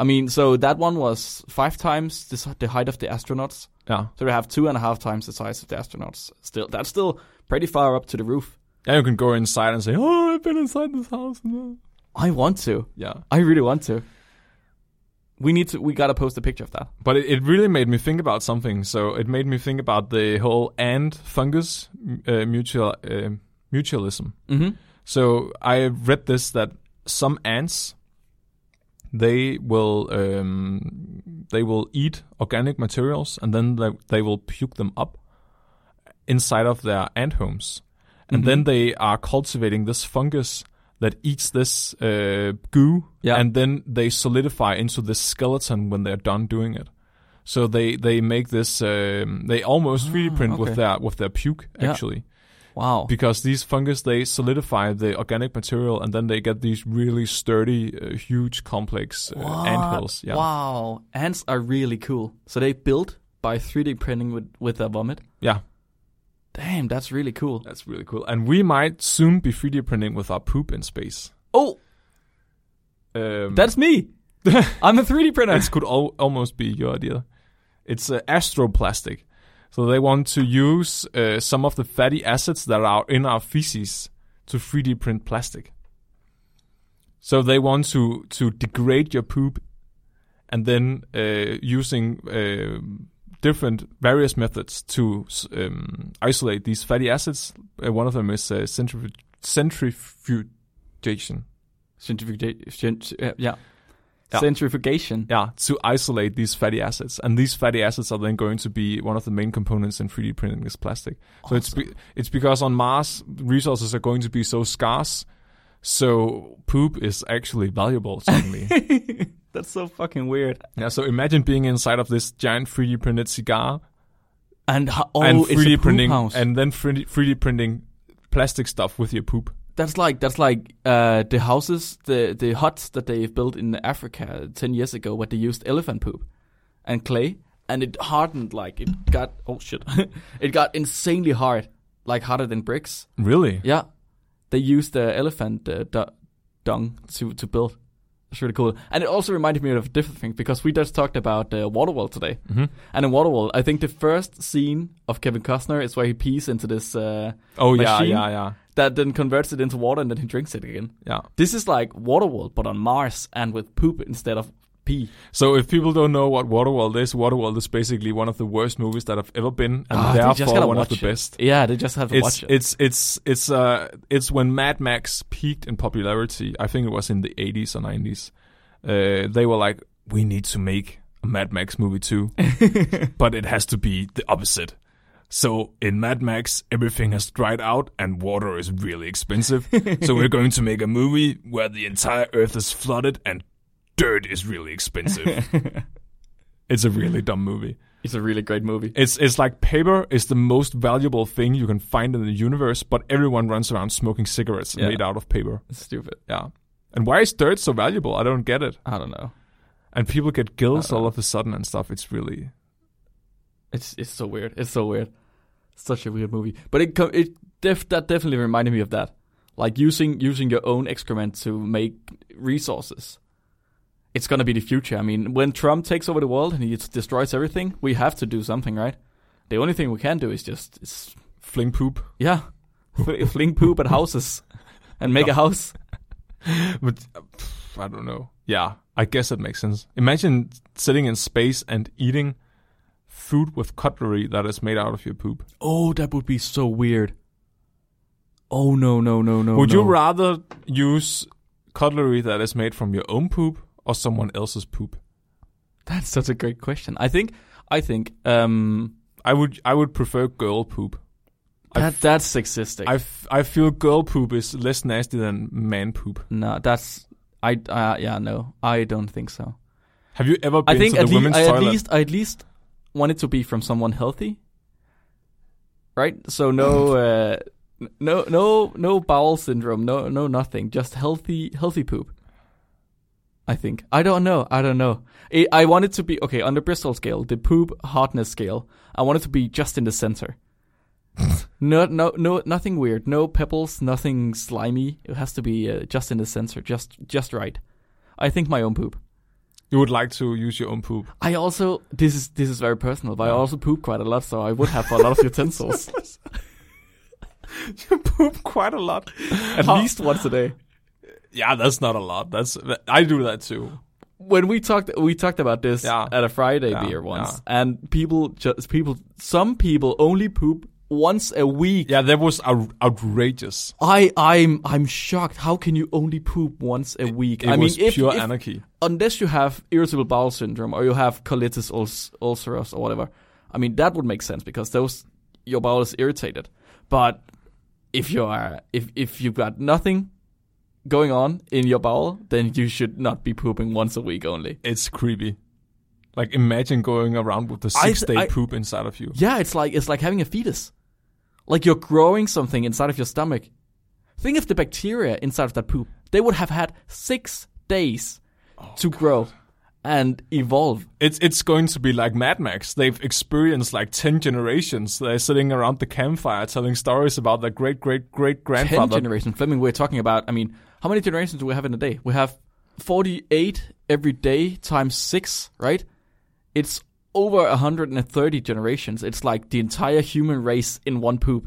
B: I mean, so that one was five times the, s- the height of the astronauts.
A: Yeah.
B: So they have two and a half times the size of the astronauts. Still, that's still pretty far up to the roof.
A: Yeah, you can go inside and say, "Oh, I've been inside this house."
B: I want to.
A: Yeah.
B: I really want to. We need to. We gotta post a picture of that.
A: But it, it really made me think about something. So it made me think about the whole and fungus m- uh, mutual uh, mutualism.
B: Mm-hmm.
A: So I read this that some ants they will um, they will eat organic materials and then they, they will puke them up inside of their ant homes, and
B: Mhm.
A: then they are cultivating this fungus that eats this uh, goo,
B: Yeah.
A: and then they solidify into this skeleton when they're done doing it. So they they make this um, they almost 3D print
B: Ah, okay.
A: with their with their puke
B: Yeah.
A: actually
B: Wow.
A: because these fungus they solidify the organic material and then they get these really sturdy uh, huge complex uh,
B: What?
A: anthills yeah
B: Wow. Ants are really cool. So they built by 3D printing with with their vomit.
A: yeah
B: Damn, that's really cool.
A: that's really cool and we might soon be 3d printing with our poop in space
B: Oh,
A: um,
B: that's me. I'm a 3D printer.
A: that could al- almost be your idea it's uh, astroplastic so they want to use uh, some of the fatty acids that are in our feces to 3d print plastic so they want to to degrade your poop and then uh, using uh, different various methods to s- um, isolate these fatty acids. Uh, one of them is uh, centrifug- centrifugation.
B: Centrifugation. Uh, yeah.
A: Yeah.
B: Centrifugation.
A: Yeah, to isolate these fatty acids, and these fatty acids are then going to be one of the main components in 3D printing is plastic. So it's be- it's because on Mars resources are going to be so scarce. So poop is actually valuable suddenly.
B: That's so fucking weird.
A: yeah, so imagine being inside of this giant 3D printed cigar
B: And ho- oh,
A: and
B: it's a
A: 3D
B: poop
A: printing
B: house.
A: and then 3D, 3D printing plastic stuff with your poop.
B: that's like that's like uh, the houses, the the huts that they built in Africa ten years ago, where they used elephant poop and clay, and it hardened like it got oh shit, it got insanely hard, like harder than bricks.
A: Really?
B: Yeah, they used the elephant uh, du- dung to to build. It's really cool, and it also reminded me of a different thing because we just talked about uh, Waterworld today.
A: hmm
B: And in Waterworld, I think the first scene of Kevin Costner is where he pees into this uh,
A: Oh yeah,
B: Machine?
A: yeah, yeah,
B: that then converts it into water and then he drinks it again.
A: yeah.
B: This is like Waterworld, but on Mars and with poop instead of pee.
A: So if people don't know what Waterworld is, Waterworld is basically one of the worst movies that have ever been, and
B: Ah, they just
A: therefore
B: gotta
A: one of
B: watch
A: the
B: it.
A: best.
B: Yeah, they just have to
A: It's
B: watch it.
A: it's it's it's uh it's when Mad Max peaked in popularity. I think it was in the 80s or 90s. Uh, they were like, we need to make a Mad Max movie too, but it has to be the opposite. So in Mad Max, everything has dried out and water is really expensive. so we're going to make a movie where the entire Earth is flooded and dirt is really expensive. it's a really dumb movie.
B: It's a really great movie.
A: It's it's like paper is the most valuable thing you can find in the universe, but everyone runs around smoking cigarettes
B: Yeah.
A: made out of paper.
B: It's stupid.
A: Yeah. And why is dirt so valuable? I don't get it.
B: I don't know.
A: And people get gills
B: I don't
A: all of a sudden and stuff. It's really
B: It's it's so weird. It's so weird. Such a weird movie. But it co- it def- that definitely reminded me of that. Like using using your own excrement to make resources. It's gonna be the future. I mean, when Trump takes over the world and he just destroys everything, we have to do something, right? The only thing we can do is just is
A: fling poop.
B: yeah, fl- fling poop at houses and make a house.
A: But uh, pff, I don't know. Yeah, I guess it makes sense. Imagine sitting in space and eating food with cutlery that is made out of your poop.
B: Oh, that would be so weird. Oh no no no no.
A: Would you
B: no.
A: rather use cutlery that is made from your own poop or someone else's poop?
B: That's such a great question. I think I think um
A: I would I would prefer girl poop. I
B: that, that's sexistic.
A: I, f- I feel girl poop is less nasty than man poop.
B: No, that's I. Uh, yeah, no, I don't think so.
A: Have you ever been
B: I think
A: to
B: at,
A: the
B: lea-
A: women's
B: I at
A: toilet?
B: least I at least want it to be from someone healthy, right? So no, uh, n- no, no, no bowel syndrome, no, no, nothing. Just healthy, healthy poop. I think I don't know. I don't know. I I want it to be okay on the Bristol scale, the poop hardness scale. I want it to be just in the center. no, no, no, nothing weird. No pebbles, nothing slimy. It has to be uh, just in the center, just, just right. I think my own poop.
A: you would like to use your own poop.
B: I also this is this is very personal, but I
A: Yeah.
B: also poop quite a lot, so I would have a lot of utensils
A: you poop quite a lot.
B: at least once a day.
A: Yeah, that's not a lot. That's I do that too.
B: When we talked, we talked about this
A: Yeah.
B: at a Friday
A: Yeah,
B: beer once, and people just people, some people only poop once a week.
A: Yeah, that was ou- outrageous.
B: I I'm I'm shocked. How can you only poop once a week?
A: It
B: I
A: was
B: mean, if,
A: pure
B: if-
A: anarchy.
B: unless you have irritable bowel syndrome or you have colitis ulc- ulcerous or whatever, I mean that would make sense because those your bowel is irritated. But if you are if if you've got nothing going on in your bowel, then you should not be pooping once a week only.
A: It's creepy. Like imagine going around with the
B: I-
A: six day
B: I-
A: poop inside of you.
B: Yeah, it's like it's like having a fetus. Like you're growing something inside of your stomach. Think of the bacteria inside of that poop. They would have had six days to grow and evolve.
A: It's it's going to be like Mad Max. They've experienced like ten generations. They're sitting around the campfire telling stories about their great great great
B: 10
A: grandfather.
B: generation Fleming we're talking about. I mean, how many generations do we have in a day? We have 48 every day times 6, right? It's over 130 generations. It's like the entire human race in one poop.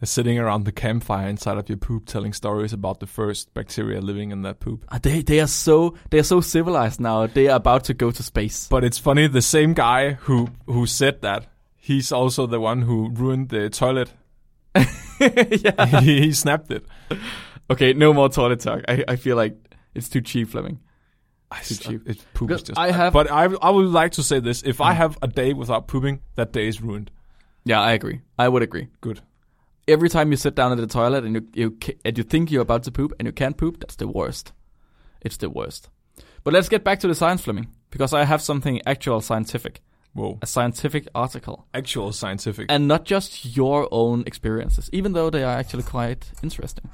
A: They're sitting around the campfire inside of your poop, telling stories about the first bacteria living in that poop.
B: Uh, They they are so they are so civilized now. They are about to go to space.
A: But it's funny, the same guy who who said that, he's also the one who ruined the toilet.
B: yeah.
A: he, he snapped it.
B: Okay, no more toilet talk. I, I feel like it's too cheap, Fleming.
A: I
B: Too
A: s-
B: cheap.
A: It, poop is
B: Because
A: just.
B: I
A: bad.
B: have- Hmm.
A: but I I would like to say this: if I have a day without pooping, that day is ruined.
B: Yeah, I agree. I would agree.
A: Good.
B: Every time you sit down at the toilet and you you ca- and you think you're about to poop and you can't poop, that's the worst. It's the worst. But let's get back to the science, Fleming, because I have something actual scientific
A: Whoa.
B: a scientific article,
A: Actual scientific.
B: and not just your own experiences, even though they are actually quite interesting.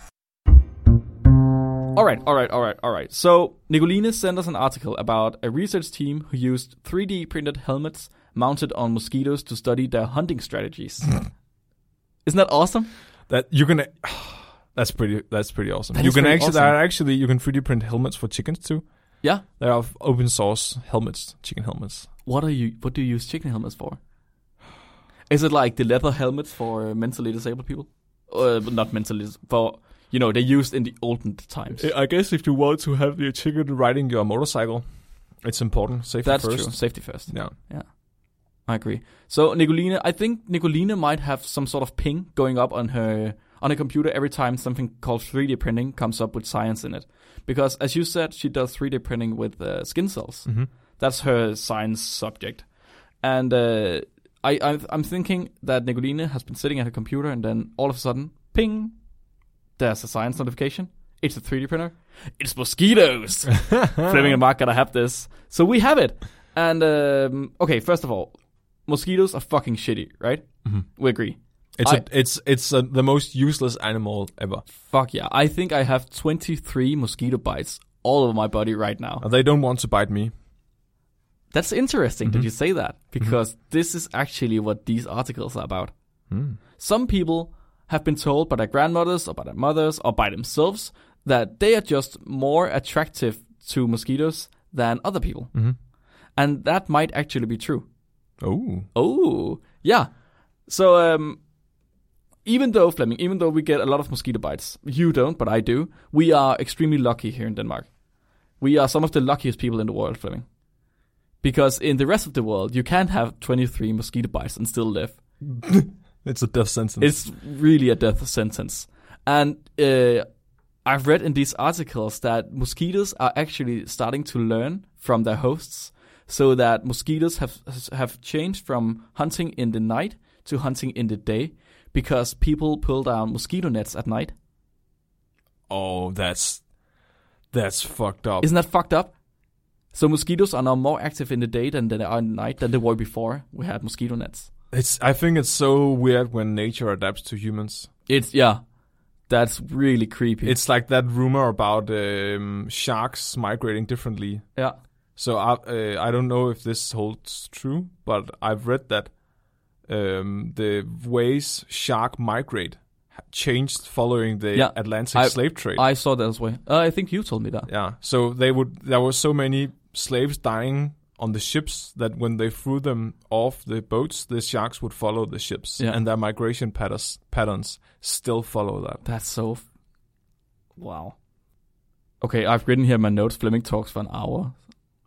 B: All right, all right, all right, all right. So Nicolina sent us an article about a research team who used 3D printed helmets mounted on mosquitoes to study their hunting strategies. Isn't that awesome?
A: that you can. That's pretty. That's pretty awesome.
B: That
A: you
B: is
A: can
B: pretty
A: actually.
B: awesome.
A: There are actually you can 3D print helmets for chickens too.
B: Yeah.
A: There are open source helmets, chicken helmets.
B: What are you? What do you use chicken helmets for? Is it like the leather helmets for uh, mentally disabled people? Uh, but not mentally dis- for you know they used in the olden times.
A: I guess if you want to have your chicken riding your motorcycle, it's important. Safety
B: That's
A: first.
B: true. Safety first.
A: Yeah.
B: I agree. So Nicolina, I think Nicolina might have some sort of ping going up on her on her computer every time something called 3D printing comes up with science in it, because as you said, she does 3D printing with uh, skin cells.
A: hmm
B: That's her science subject. And uh, I, I, I'm thinking that Nicolina has been sitting at her computer, and then all of a sudden, ping, there's a science notification. It's a 3D printer. It's
A: Ah.
B: mosquitoes.
A: Mm-hmm.
B: Fleming and Mark gotta have this. So we have it. And um, okay, first of all, mosquitoes are fucking shitty, right?
A: Mhm.
B: We agree.
A: It's
B: I-
A: a, it's it's uh the most useless animal ever.
B: Fuck yeah. I think I have 23 mosquito bites all over my body right now.
A: Uh, They don't want to bite me.
B: That's interesting that
A: Mhm.
B: you say that because this is actually what these articles are about.
A: Hmm.
B: Some people have been told by their grandmothers or by their mothers or by themselves that they are just more attractive to mosquitoes than other people.
A: Mm-hmm.
B: And that might actually be true.
A: Oh,
B: Oh, yeah. So, um, even though, Fleming, even though we get a lot of mosquito bites, you don't, but I do, we are extremely lucky here in Denmark. We are some of the luckiest people in the world, Fleming. Because in the rest of the world, you can have 23 mosquito bites and still live.
A: it's a death sentence.
B: It's really a death sentence. And uh, I've read in these articles that mosquitoes are actually starting to learn from their hosts, so that mosquitoes have have changed from hunting in the night to hunting in the day, because people pull down mosquito nets at night.
A: oh, that's that's fucked up.
B: Isn't that fucked up? So mosquitoes are now more active in the day than they are in the night than they were before we had mosquito nets.
A: It's I think it's so weird when nature adapts to humans.
B: It's yeah, that's really creepy.
A: It's like that rumor about um, sharks migrating differently.
B: yeah.
A: So I uh, I don't know if this holds true, but I've read that um, the ways shark migrate ha- changed following the
B: Yeah.
A: Atlantic
B: I-
A: slave trade.
B: I saw that as well. Uh, I think you told me that.
A: Yeah. So they would. There were so many slaves dying on the ships that when they threw them off the boats, the sharks would follow the ships,
B: Yeah.
A: and their migration patterns patterns still follow that.
B: That's so. F- wow. Okay, I've written here my notes. Fleming talks for an hour.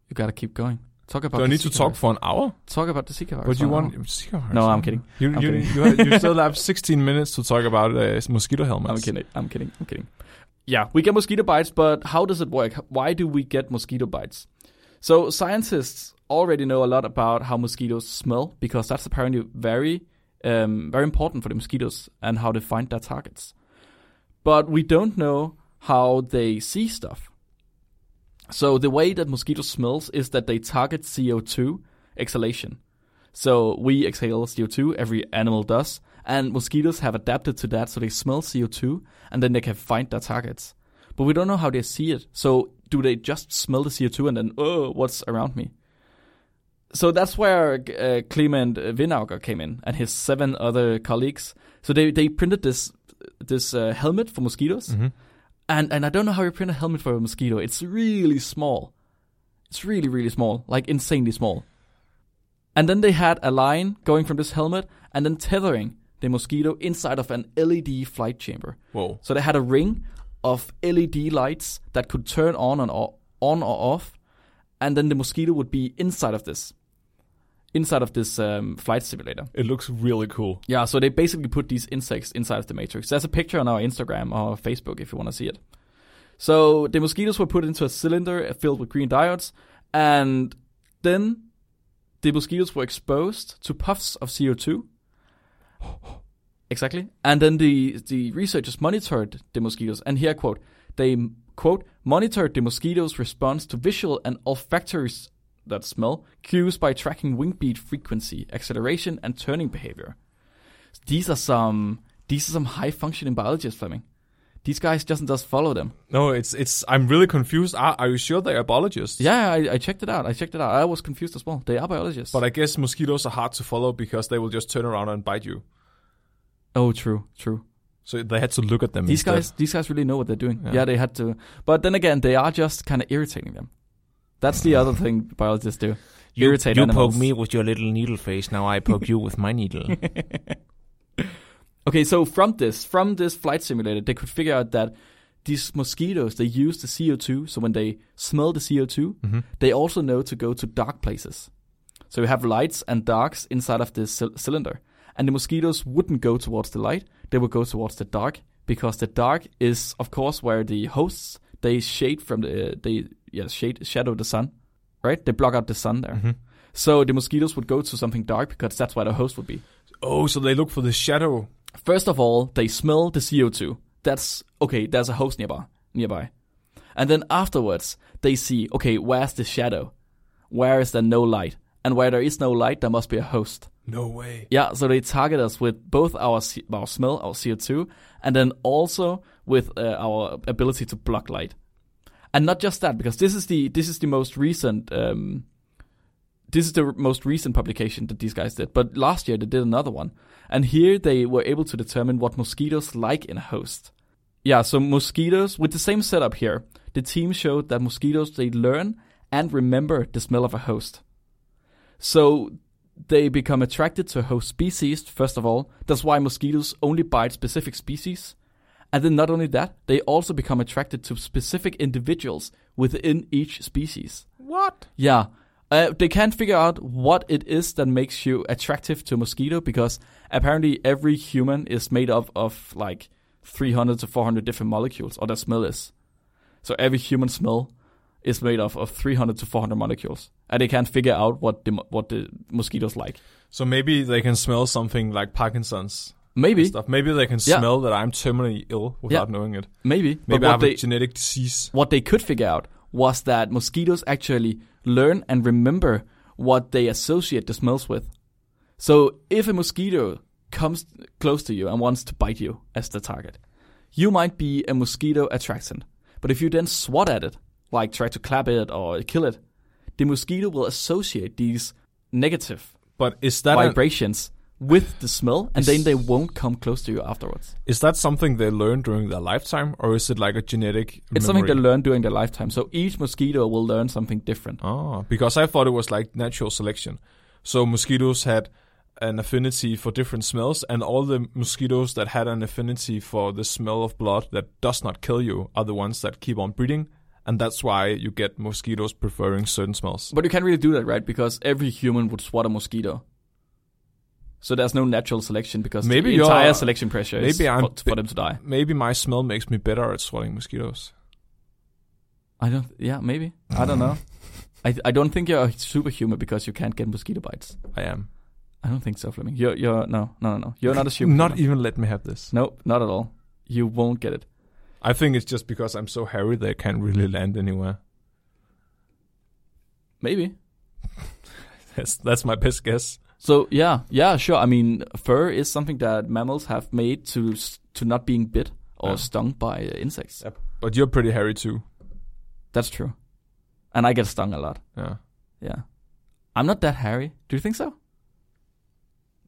B: You gotta keep going. Talk about.
A: Do I
B: the
A: need to
B: Zika
A: talk
B: virus.
A: for an hour?
B: Talk about the Zika virus.
A: But
B: for
A: you
B: an
A: want
B: hour.
A: Zika
B: No,
A: virus.
B: I'm kidding.
A: You
B: I'm
A: you,
B: kidding.
A: you, have, you still have 16 minutes to talk about uh, mosquito helmets.
B: I'm kidding. I'm kidding. I'm kidding. Yeah, we get mosquito bites, but how does it work? Why do we get mosquito bites? So scientists already know a lot about how mosquitoes smell because that's apparently very, um, very important for the mosquitoes and how they find their targets. But we don't know how they see stuff. So the way that mosquitoes smells is that they target CO2 exhalation. So we exhale CO2, every animal does, and mosquitoes have adapted to that, so they smell CO2 and then they can find their targets. But we don't know how they see it. So do they just smell the CO2 and then, oh, what's around me? So that's where uh, Clement Vinauger came in and his seven other colleagues. So they, they printed this this uh, helmet for mosquitoes,
A: Mhm.
B: and and I don't know how you print a helmet for a mosquito. It's really small. It's really really small, like insanely small. And then they had a line going from this helmet and then tethering the mosquito inside of an LED flight chamber.
A: Whoa.
B: So they had a ring of LED lights that could turn on and o- on or off, and then the mosquito would be inside of this, inside of this um, flight simulator.
A: It looks really cool.
B: Yeah, so they basically put these insects inside of the matrix. There's a picture on our Instagram or Facebook if you want to see it. So the mosquitoes were put into a cylinder filled with green diodes, and then the mosquitoes were exposed to puffs of CO2. Exactly. And then the the researchers monitored the mosquitoes, and here I quote they quote monitored the mosquitoes' response to visual and olfactory s- that smell cues by tracking wing beat frequency, acceleration, and turning behavior. These are some these are some high functioning biologists, Fleming. These guys just just follow them.
A: No, it's it's. I'm really confused. Are, are you sure they are biologists?
B: Yeah, I, I checked it out. I checked it out. I was confused as well. They are biologists.
A: But I guess mosquitoes are hard to follow because they will just turn around and bite you.
B: oh, true, true.
A: So they had to look at them.
B: These
A: instead.
B: guys, these guys really know what they're doing.
A: Yeah.
B: Yeah, they had to. But then again, they are just kind of irritating them. That's the other thing biologists do. irritate animals.
C: with your little needle face. Now I poke you with my needle.
B: Okay, so from this, from this flight simulator, they could figure out that these mosquitoes they use the CO2. So when they smell the CO2,
A: Mhm.
B: they also know to go to dark places. So you have lights and darks inside of this cyl- cylinder, and the mosquitoes wouldn't go towards the light; they would go towards the dark because the dark is, of course, where the hosts they shade from the uh, they yeah shade shadow the sun, right? They block out the sun there.
A: Mhm.
B: So the mosquitoes would go to something dark because that's where the host would be.
A: Oh, so they look for the shadow.
B: First of all, they smell the CO2. That's okay, there's a host nearby nearby. And then afterwards they see, okay, where's the shadow? Where is there no light? And where there is no light, there must be a host.
A: No way.
B: Yeah, so they target us with both our C- our smell, our CO2, and then also with uh, our ability to block light. And not just that, because this is the this is the most recent um, this is the most recent publication that these guys did. But last year they did another one, and here they were able to determine what mosquitoes like in a host. Yeah, so mosquitoes with the same setup here. The team showed that mosquitoes they learn and remember the smell of a host. So they become attracted to a host species first of all. That's why mosquitoes only bite specific species. And then not only that, they also become attracted to specific individuals within each species.
A: What?
B: Yeah. Uh, they can't figure out what it is that makes you attractive to a mosquito because apparently every human is made up of like 300 to 400 different molecules, or their smell is. So every human smell is made up of 300 to 400 molecules, and they can't figure out what the mo- what the mosquitoes like.
A: So maybe they can smell something like Parkinson's
B: Maybe,
A: stuff. Maybe they can
B: Yeah.
A: smell that I'm terminally ill without knowing it.
B: maybe,
A: Maybe
B: but
A: I
B: what
A: have
B: they
A: a genetic disease.
B: what they could figure out was that mosquitoes actually learn and remember what they associate the smells with. So if a mosquito comes close to you and wants to bite you as the target, you might be a mosquito attractant. But if you then swat at it, like try to clap it or kill it, the mosquito will associate these negative
A: But is that uh, an-
B: vibrations with the smell, and then they won't come close to you afterwards.
A: is that something they learn during their lifetime, or is it like a genetic?
B: It's something they learn during their lifetime. So each mosquito will learn something different.
A: Oh, because I thought it was like natural selection. So mosquitoes had an affinity for different smells, and all the mosquitoes that had an affinity for the smell of blood that does not kill you are the ones that keep on breeding, and that's why you get mosquitoes preferring certain smells.
B: But you can't really do that, right? Because every human would swat a mosquito. So there's no natural selection because
A: Maybe
B: the
A: you're-
B: entire selection pressure is
A: maybe I'm
B: for, for them to die.
A: Maybe my smell makes me better at swatting mosquitoes.
B: I don't. Yeah, maybe. I don't know. I I don't think you're a superhuman because you can't get mosquito bites.
A: I am.
B: I don't think so, Fleming. You're you're no no no no. You're not a superhuman.
A: Not even let me have this.
B: no, not at all. You won't get it.
A: I think it's just because I'm so hairy they can't really land anywhere.
B: Maybe.
A: That's that's my best guess.
B: So yeah, yeah, sure. I mean, fur is something that mammals have made to s- to not being bit or
A: Yeah.
B: stung by uh, insects.
A: But you're pretty hairy too.
B: That's true. And I get stung a lot.
A: Yeah.
B: Yeah. I'm not that hairy. Do you think so?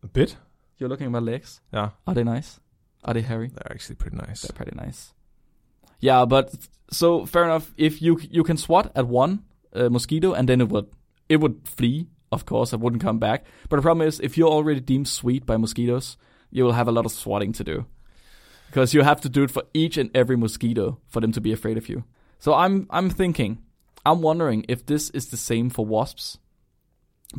A: A bit?
B: You're looking at my legs.
A: Yeah.
B: Are they nice? Are they hairy?
A: They're actually pretty nice.
B: They're pretty nice. Yeah, but so fair enough. If you you can swat at one uh, mosquito and then it would it would flee, of course, it wouldn't come back. But the problem is, if you're already deemed sweet by mosquitoes, you will have a lot of swatting to do because you have to do it for each and every mosquito for them to be afraid of you. So I'm I'm thinking, I'm wondering if this is the same for wasps,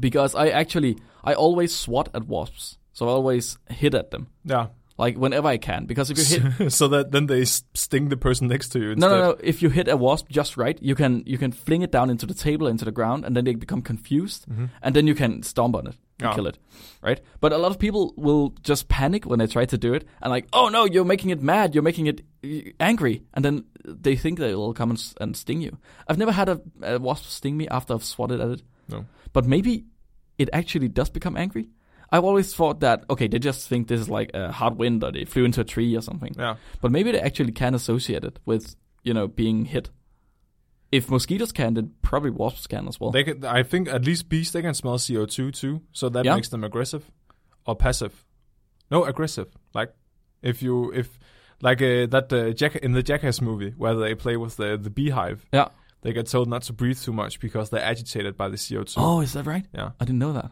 B: because I actually I always swat at wasps, so I always hit at them
A: Yeah.
B: like whenever I can because if you hit
A: so that then they s- sting the person next to you
B: No,
A: instead.
B: no, no. If you hit a wasp just right, you can you can fling it down into the table, into the ground, and then they become confused, and then you can stomp on it and
A: Yeah.
B: kill it, right? But a lot of people will just panic when they try to do it, and like, oh no, you're making it mad, you're making it uh, angry, and then they think they will come and, s- and sting you. I've never had a, a wasp sting me after I've swatted at it.
A: No.
B: But maybe it actually does become angry. I've always thought that okay, they just think this is like a hard wind or they flew into a tree or something.
A: Yeah.
B: But maybe they actually can associate it with you know being hit. If mosquitoes can, then probably wasps can as well.
A: They can, I think at least bees they can smell CO2 too, so that
B: Yeah.
A: makes them aggressive or passive. No, aggressive. Like if you if like uh, that uh, Jack in the Jackass movie where they play with the the beehive.
B: Yeah.
A: They get told not to breathe too much because they're agitated by the CO2.
B: oh, is that right?
A: Yeah.
B: I didn't know that.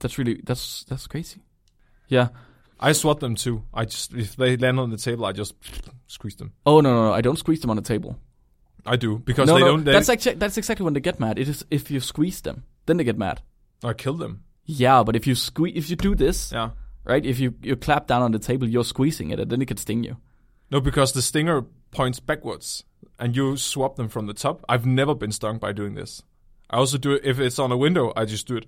B: That's really that's that's crazy. Yeah.
A: I swat them too. I just if they land on the table, I just squeeze them.
B: Oh no, no, no I don't squeeze them on the table.
A: I do because
B: no,
A: they
B: no,
A: don't. They,
B: that's actually that's exactly when they get mad. It is if you squeeze them, then they get mad.
A: I kill them.
B: Yeah, but if you squeeze, if you do this,
A: Yeah.
B: right? If you you clap down on the table, you're squeezing it, and then it can sting you.
A: No, because the stinger points backwards, and you swap them from the top. I've never been stung by doing this. I also do it if it's on a window. I just do it.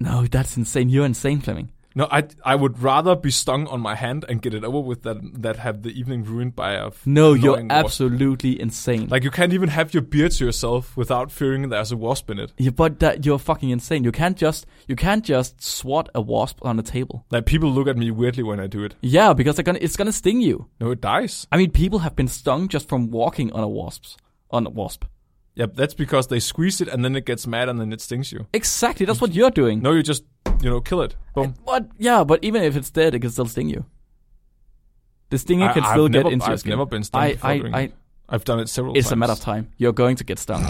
B: No, that's insane. You're insane, Fleming.
A: No, I I would rather be stung on my hand and get it over with than that have the evening ruined by a f-
B: No, you're
A: annoying wasp.
B: absolutely insane.
A: Like you can't even have your beer to yourself without fearing there's a wasp in it.
B: yeah, but that you're fucking insane. You can't just you can't just swat a wasp on a table.
A: Like people look at me weirdly when I do it.
B: Yeah, because they're gonna it's gonna sting you.
A: No, it dies.
B: I mean, people have been stung just from walking on a wasps on a wasp.
A: Yep, that's because they squeeze it and then it gets mad and then it stings you.
B: Exactly, that's what you're doing.
A: No, you just you know kill it. Boom.
B: But yeah, but even if it's dead, it can still sting you. The stinging
A: I-
B: can
A: I've
B: still get
A: never-
B: into your
A: I've
B: skin.
A: never been stung
B: I,
A: before
B: I,
A: doing
B: I,
A: it. I've done it several times.
B: it's a matter of time. You're going to get stung.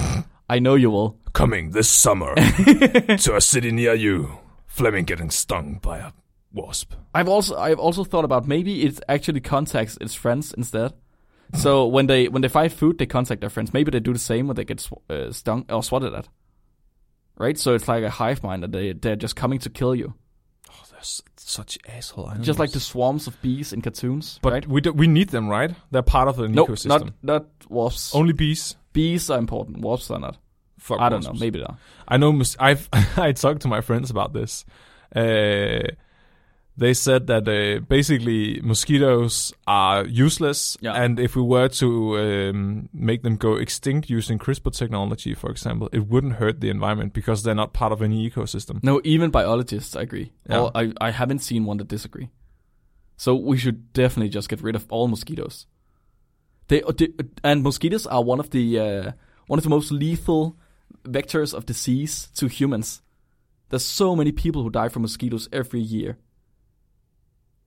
B: I know you will.
D: coming this summer to a city near you. Fleming getting stung by a wasp.
B: I've also I've also thought about maybe it actually contacts its friends instead. So when they when they find food, they contact their friends. Maybe they do the same when they get sw- uh, stung or swatted at. Right, so it's like a hive mind that they they're just coming to kill you,
A: There's such asshole. animals.
B: just like the swarms of bees in cartoons.
A: But
B: right?
A: we do, we need them, right? They're part of an
B: no,
A: ecosystem.
B: not not wasps.
A: Only bees.
B: bees are important. Wasps are not.
A: Fuck
B: I don't
A: wasps.
B: know. Maybe they are.
A: I know. mos- I've I talked to my friends about this. Uh, they said that uh, basically mosquitoes are useless,
B: Yeah.
A: and if we were to um, make them go extinct using CRISPR technology, for example, it wouldn't hurt the environment because they're not part of any ecosystem.
B: No, even biologists agree.
A: Yeah.
B: All- I, I haven't seen one that disagree. So we should definitely just get rid of all mosquitoes. They, they and mosquitoes are one of the uh, one of the most lethal vectors of disease to humans. There's so many people who die from mosquitoes every year.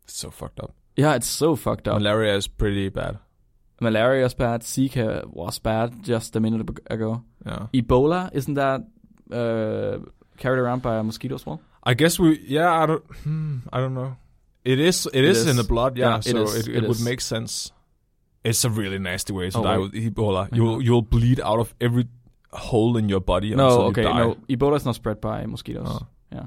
A: It's so fucked up.
B: Yeah, it's so fucked up.
A: Malaria is pretty bad.
B: Malaria's bad. Zika was bad just a minute ab- ago.
A: Yeah.
B: Ebola isn't that uh, carried around by a mosquito as well?
A: I guess we. Yeah, I don't. Hmm, I don't know. It is. It, it
B: It
A: is, in
B: is.
A: the blood. Yeah,
B: Yeah, it
A: so it,
B: is,
A: it,
B: it
A: would
B: is.
A: make sense. It's a really nasty way to
B: Oh,
A: die
B: wait.
A: with Ebola.
B: My
A: You'll
B: God.
A: you'll bleed out of every hole in your body until
B: No, okay,
A: you die.
B: no. Ebola is not spread by mosquitoes.
A: Oh.
B: Yeah.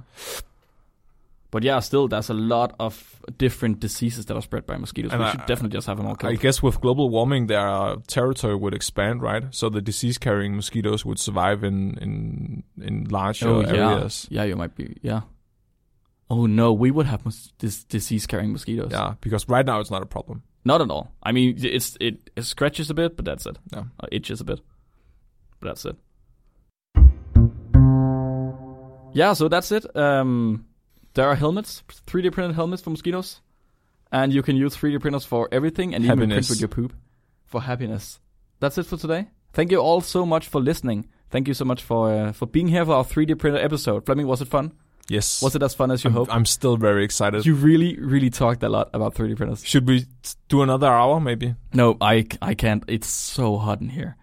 B: But yeah, still, there's a lot of different diseases that are spread by mosquitoes.
A: And
B: we
A: I-
B: should definitely just have them all
A: I
B: killed.
A: guess with global warming, their uh, territory would expand, right? So the disease-carrying mosquitoes would survive in in in larger
B: oh, yeah.
A: areas.
B: Yeah, you might be. Yeah. Oh no, we would have mos- this disease-carrying mosquitoes.
A: Yeah, because right now it's not a problem.
B: Not at all. I mean, it's it, it scratches a bit, but that's it.
A: Yeah.
B: Or itches a bit, but that's it. Yeah, so that's it. Um, there are helmets, 3D printed helmets for mosquitoes, and you can use 3D printers for everything, and even print
A: Happiness.
B: with your poop for happiness. That's it for today. Thank you all so much for listening. Thank you so much for uh, for being here for our 3D printer episode. Fleming, was it fun?
A: Yes,
B: Was it as fun as you
A: I'm,
B: hoped?
A: I'm still very excited.
B: you really, really talked a lot about 3D printers.
A: Should we do another hour, maybe?
B: No, I, I can't. It's so hot in here.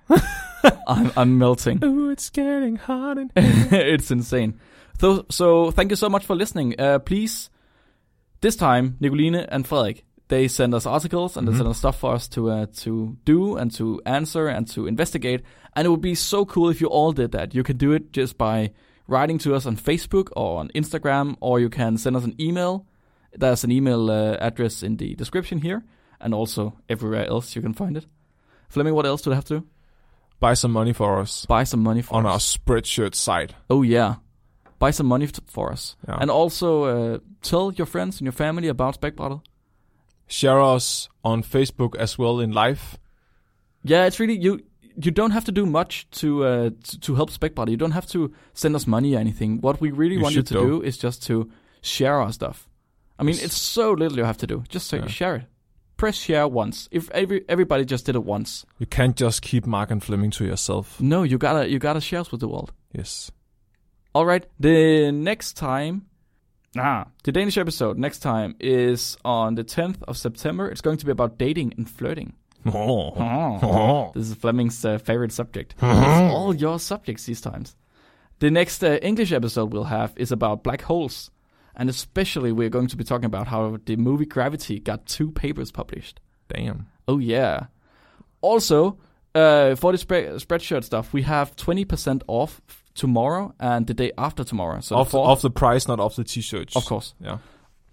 B: I'm, I'm melting.
A: Oh, it's getting hot in
B: it's insane. So, so thank you so much for listening. Uh, please, this time, Nicoline and Frederik, they send us articles and they
A: Mhm.
B: send us stuff for us to uh, to do and to answer and to investigate. And it would be so cool if you all did that. You can do it just by writing to us on Facebook or on Instagram, or you can send us an email. There's an email uh, address in the description here, and also everywhere else you can find it. Fleming, what else do they have to do?
A: Buy some money for us.
B: Buy some money for
A: on
B: us.
A: our spreadshirt site.
B: Oh yeah, buy some money t- for us,
A: Yeah.
B: and also uh, tell your friends and your family about Spec Bottle.
A: Share us on Facebook as well in life.
B: Yeah, it's really you. you don't have to do much to uh, to, to help SpecBody. You don't have to send us money or anything. What we really
A: You
B: want you
A: should,
B: to
A: though.
B: do is just to share our stuff. I mean,
A: Yes.
B: it's so little you have to do. Just say,
A: Yeah.
B: share it. Press share once. If every everybody just did it once,
A: You can't just keep Mark and Fleming to yourself.
B: no, you gotta you gotta share us with the world.
A: Yes.
B: All right. The next time, ah, the Danish episode next time is on the 10th of September. It's going to be about dating and flirting.
A: Oh.
B: This is Fleming's uh, favorite subject. It's all your subjects these times. The next uh, English episode we'll have is about black holes. And especially, we're going to be talking about how the movie Gravity got two papers published.
A: Damn.
B: Oh, yeah. Also, uh, for the spread spreadshirt stuff, we have 20% off f- tomorrow and the day after tomorrow. So the
A: off,
B: fourth-
A: off the price, not off the t-shirts.
B: of course.
A: Yeah.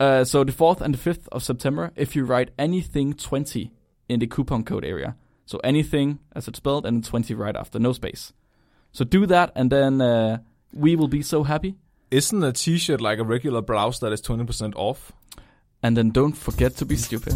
B: Uh, so the 4th and the 5th of September, if you write anything 20 in the coupon code area, so anything as it's spelled and 20 right after, no space. So do that and then uh, we will be so happy.
A: Isn't a t-shirt like a regular blouse that is 20% off?
B: And then don't forget to be stupid.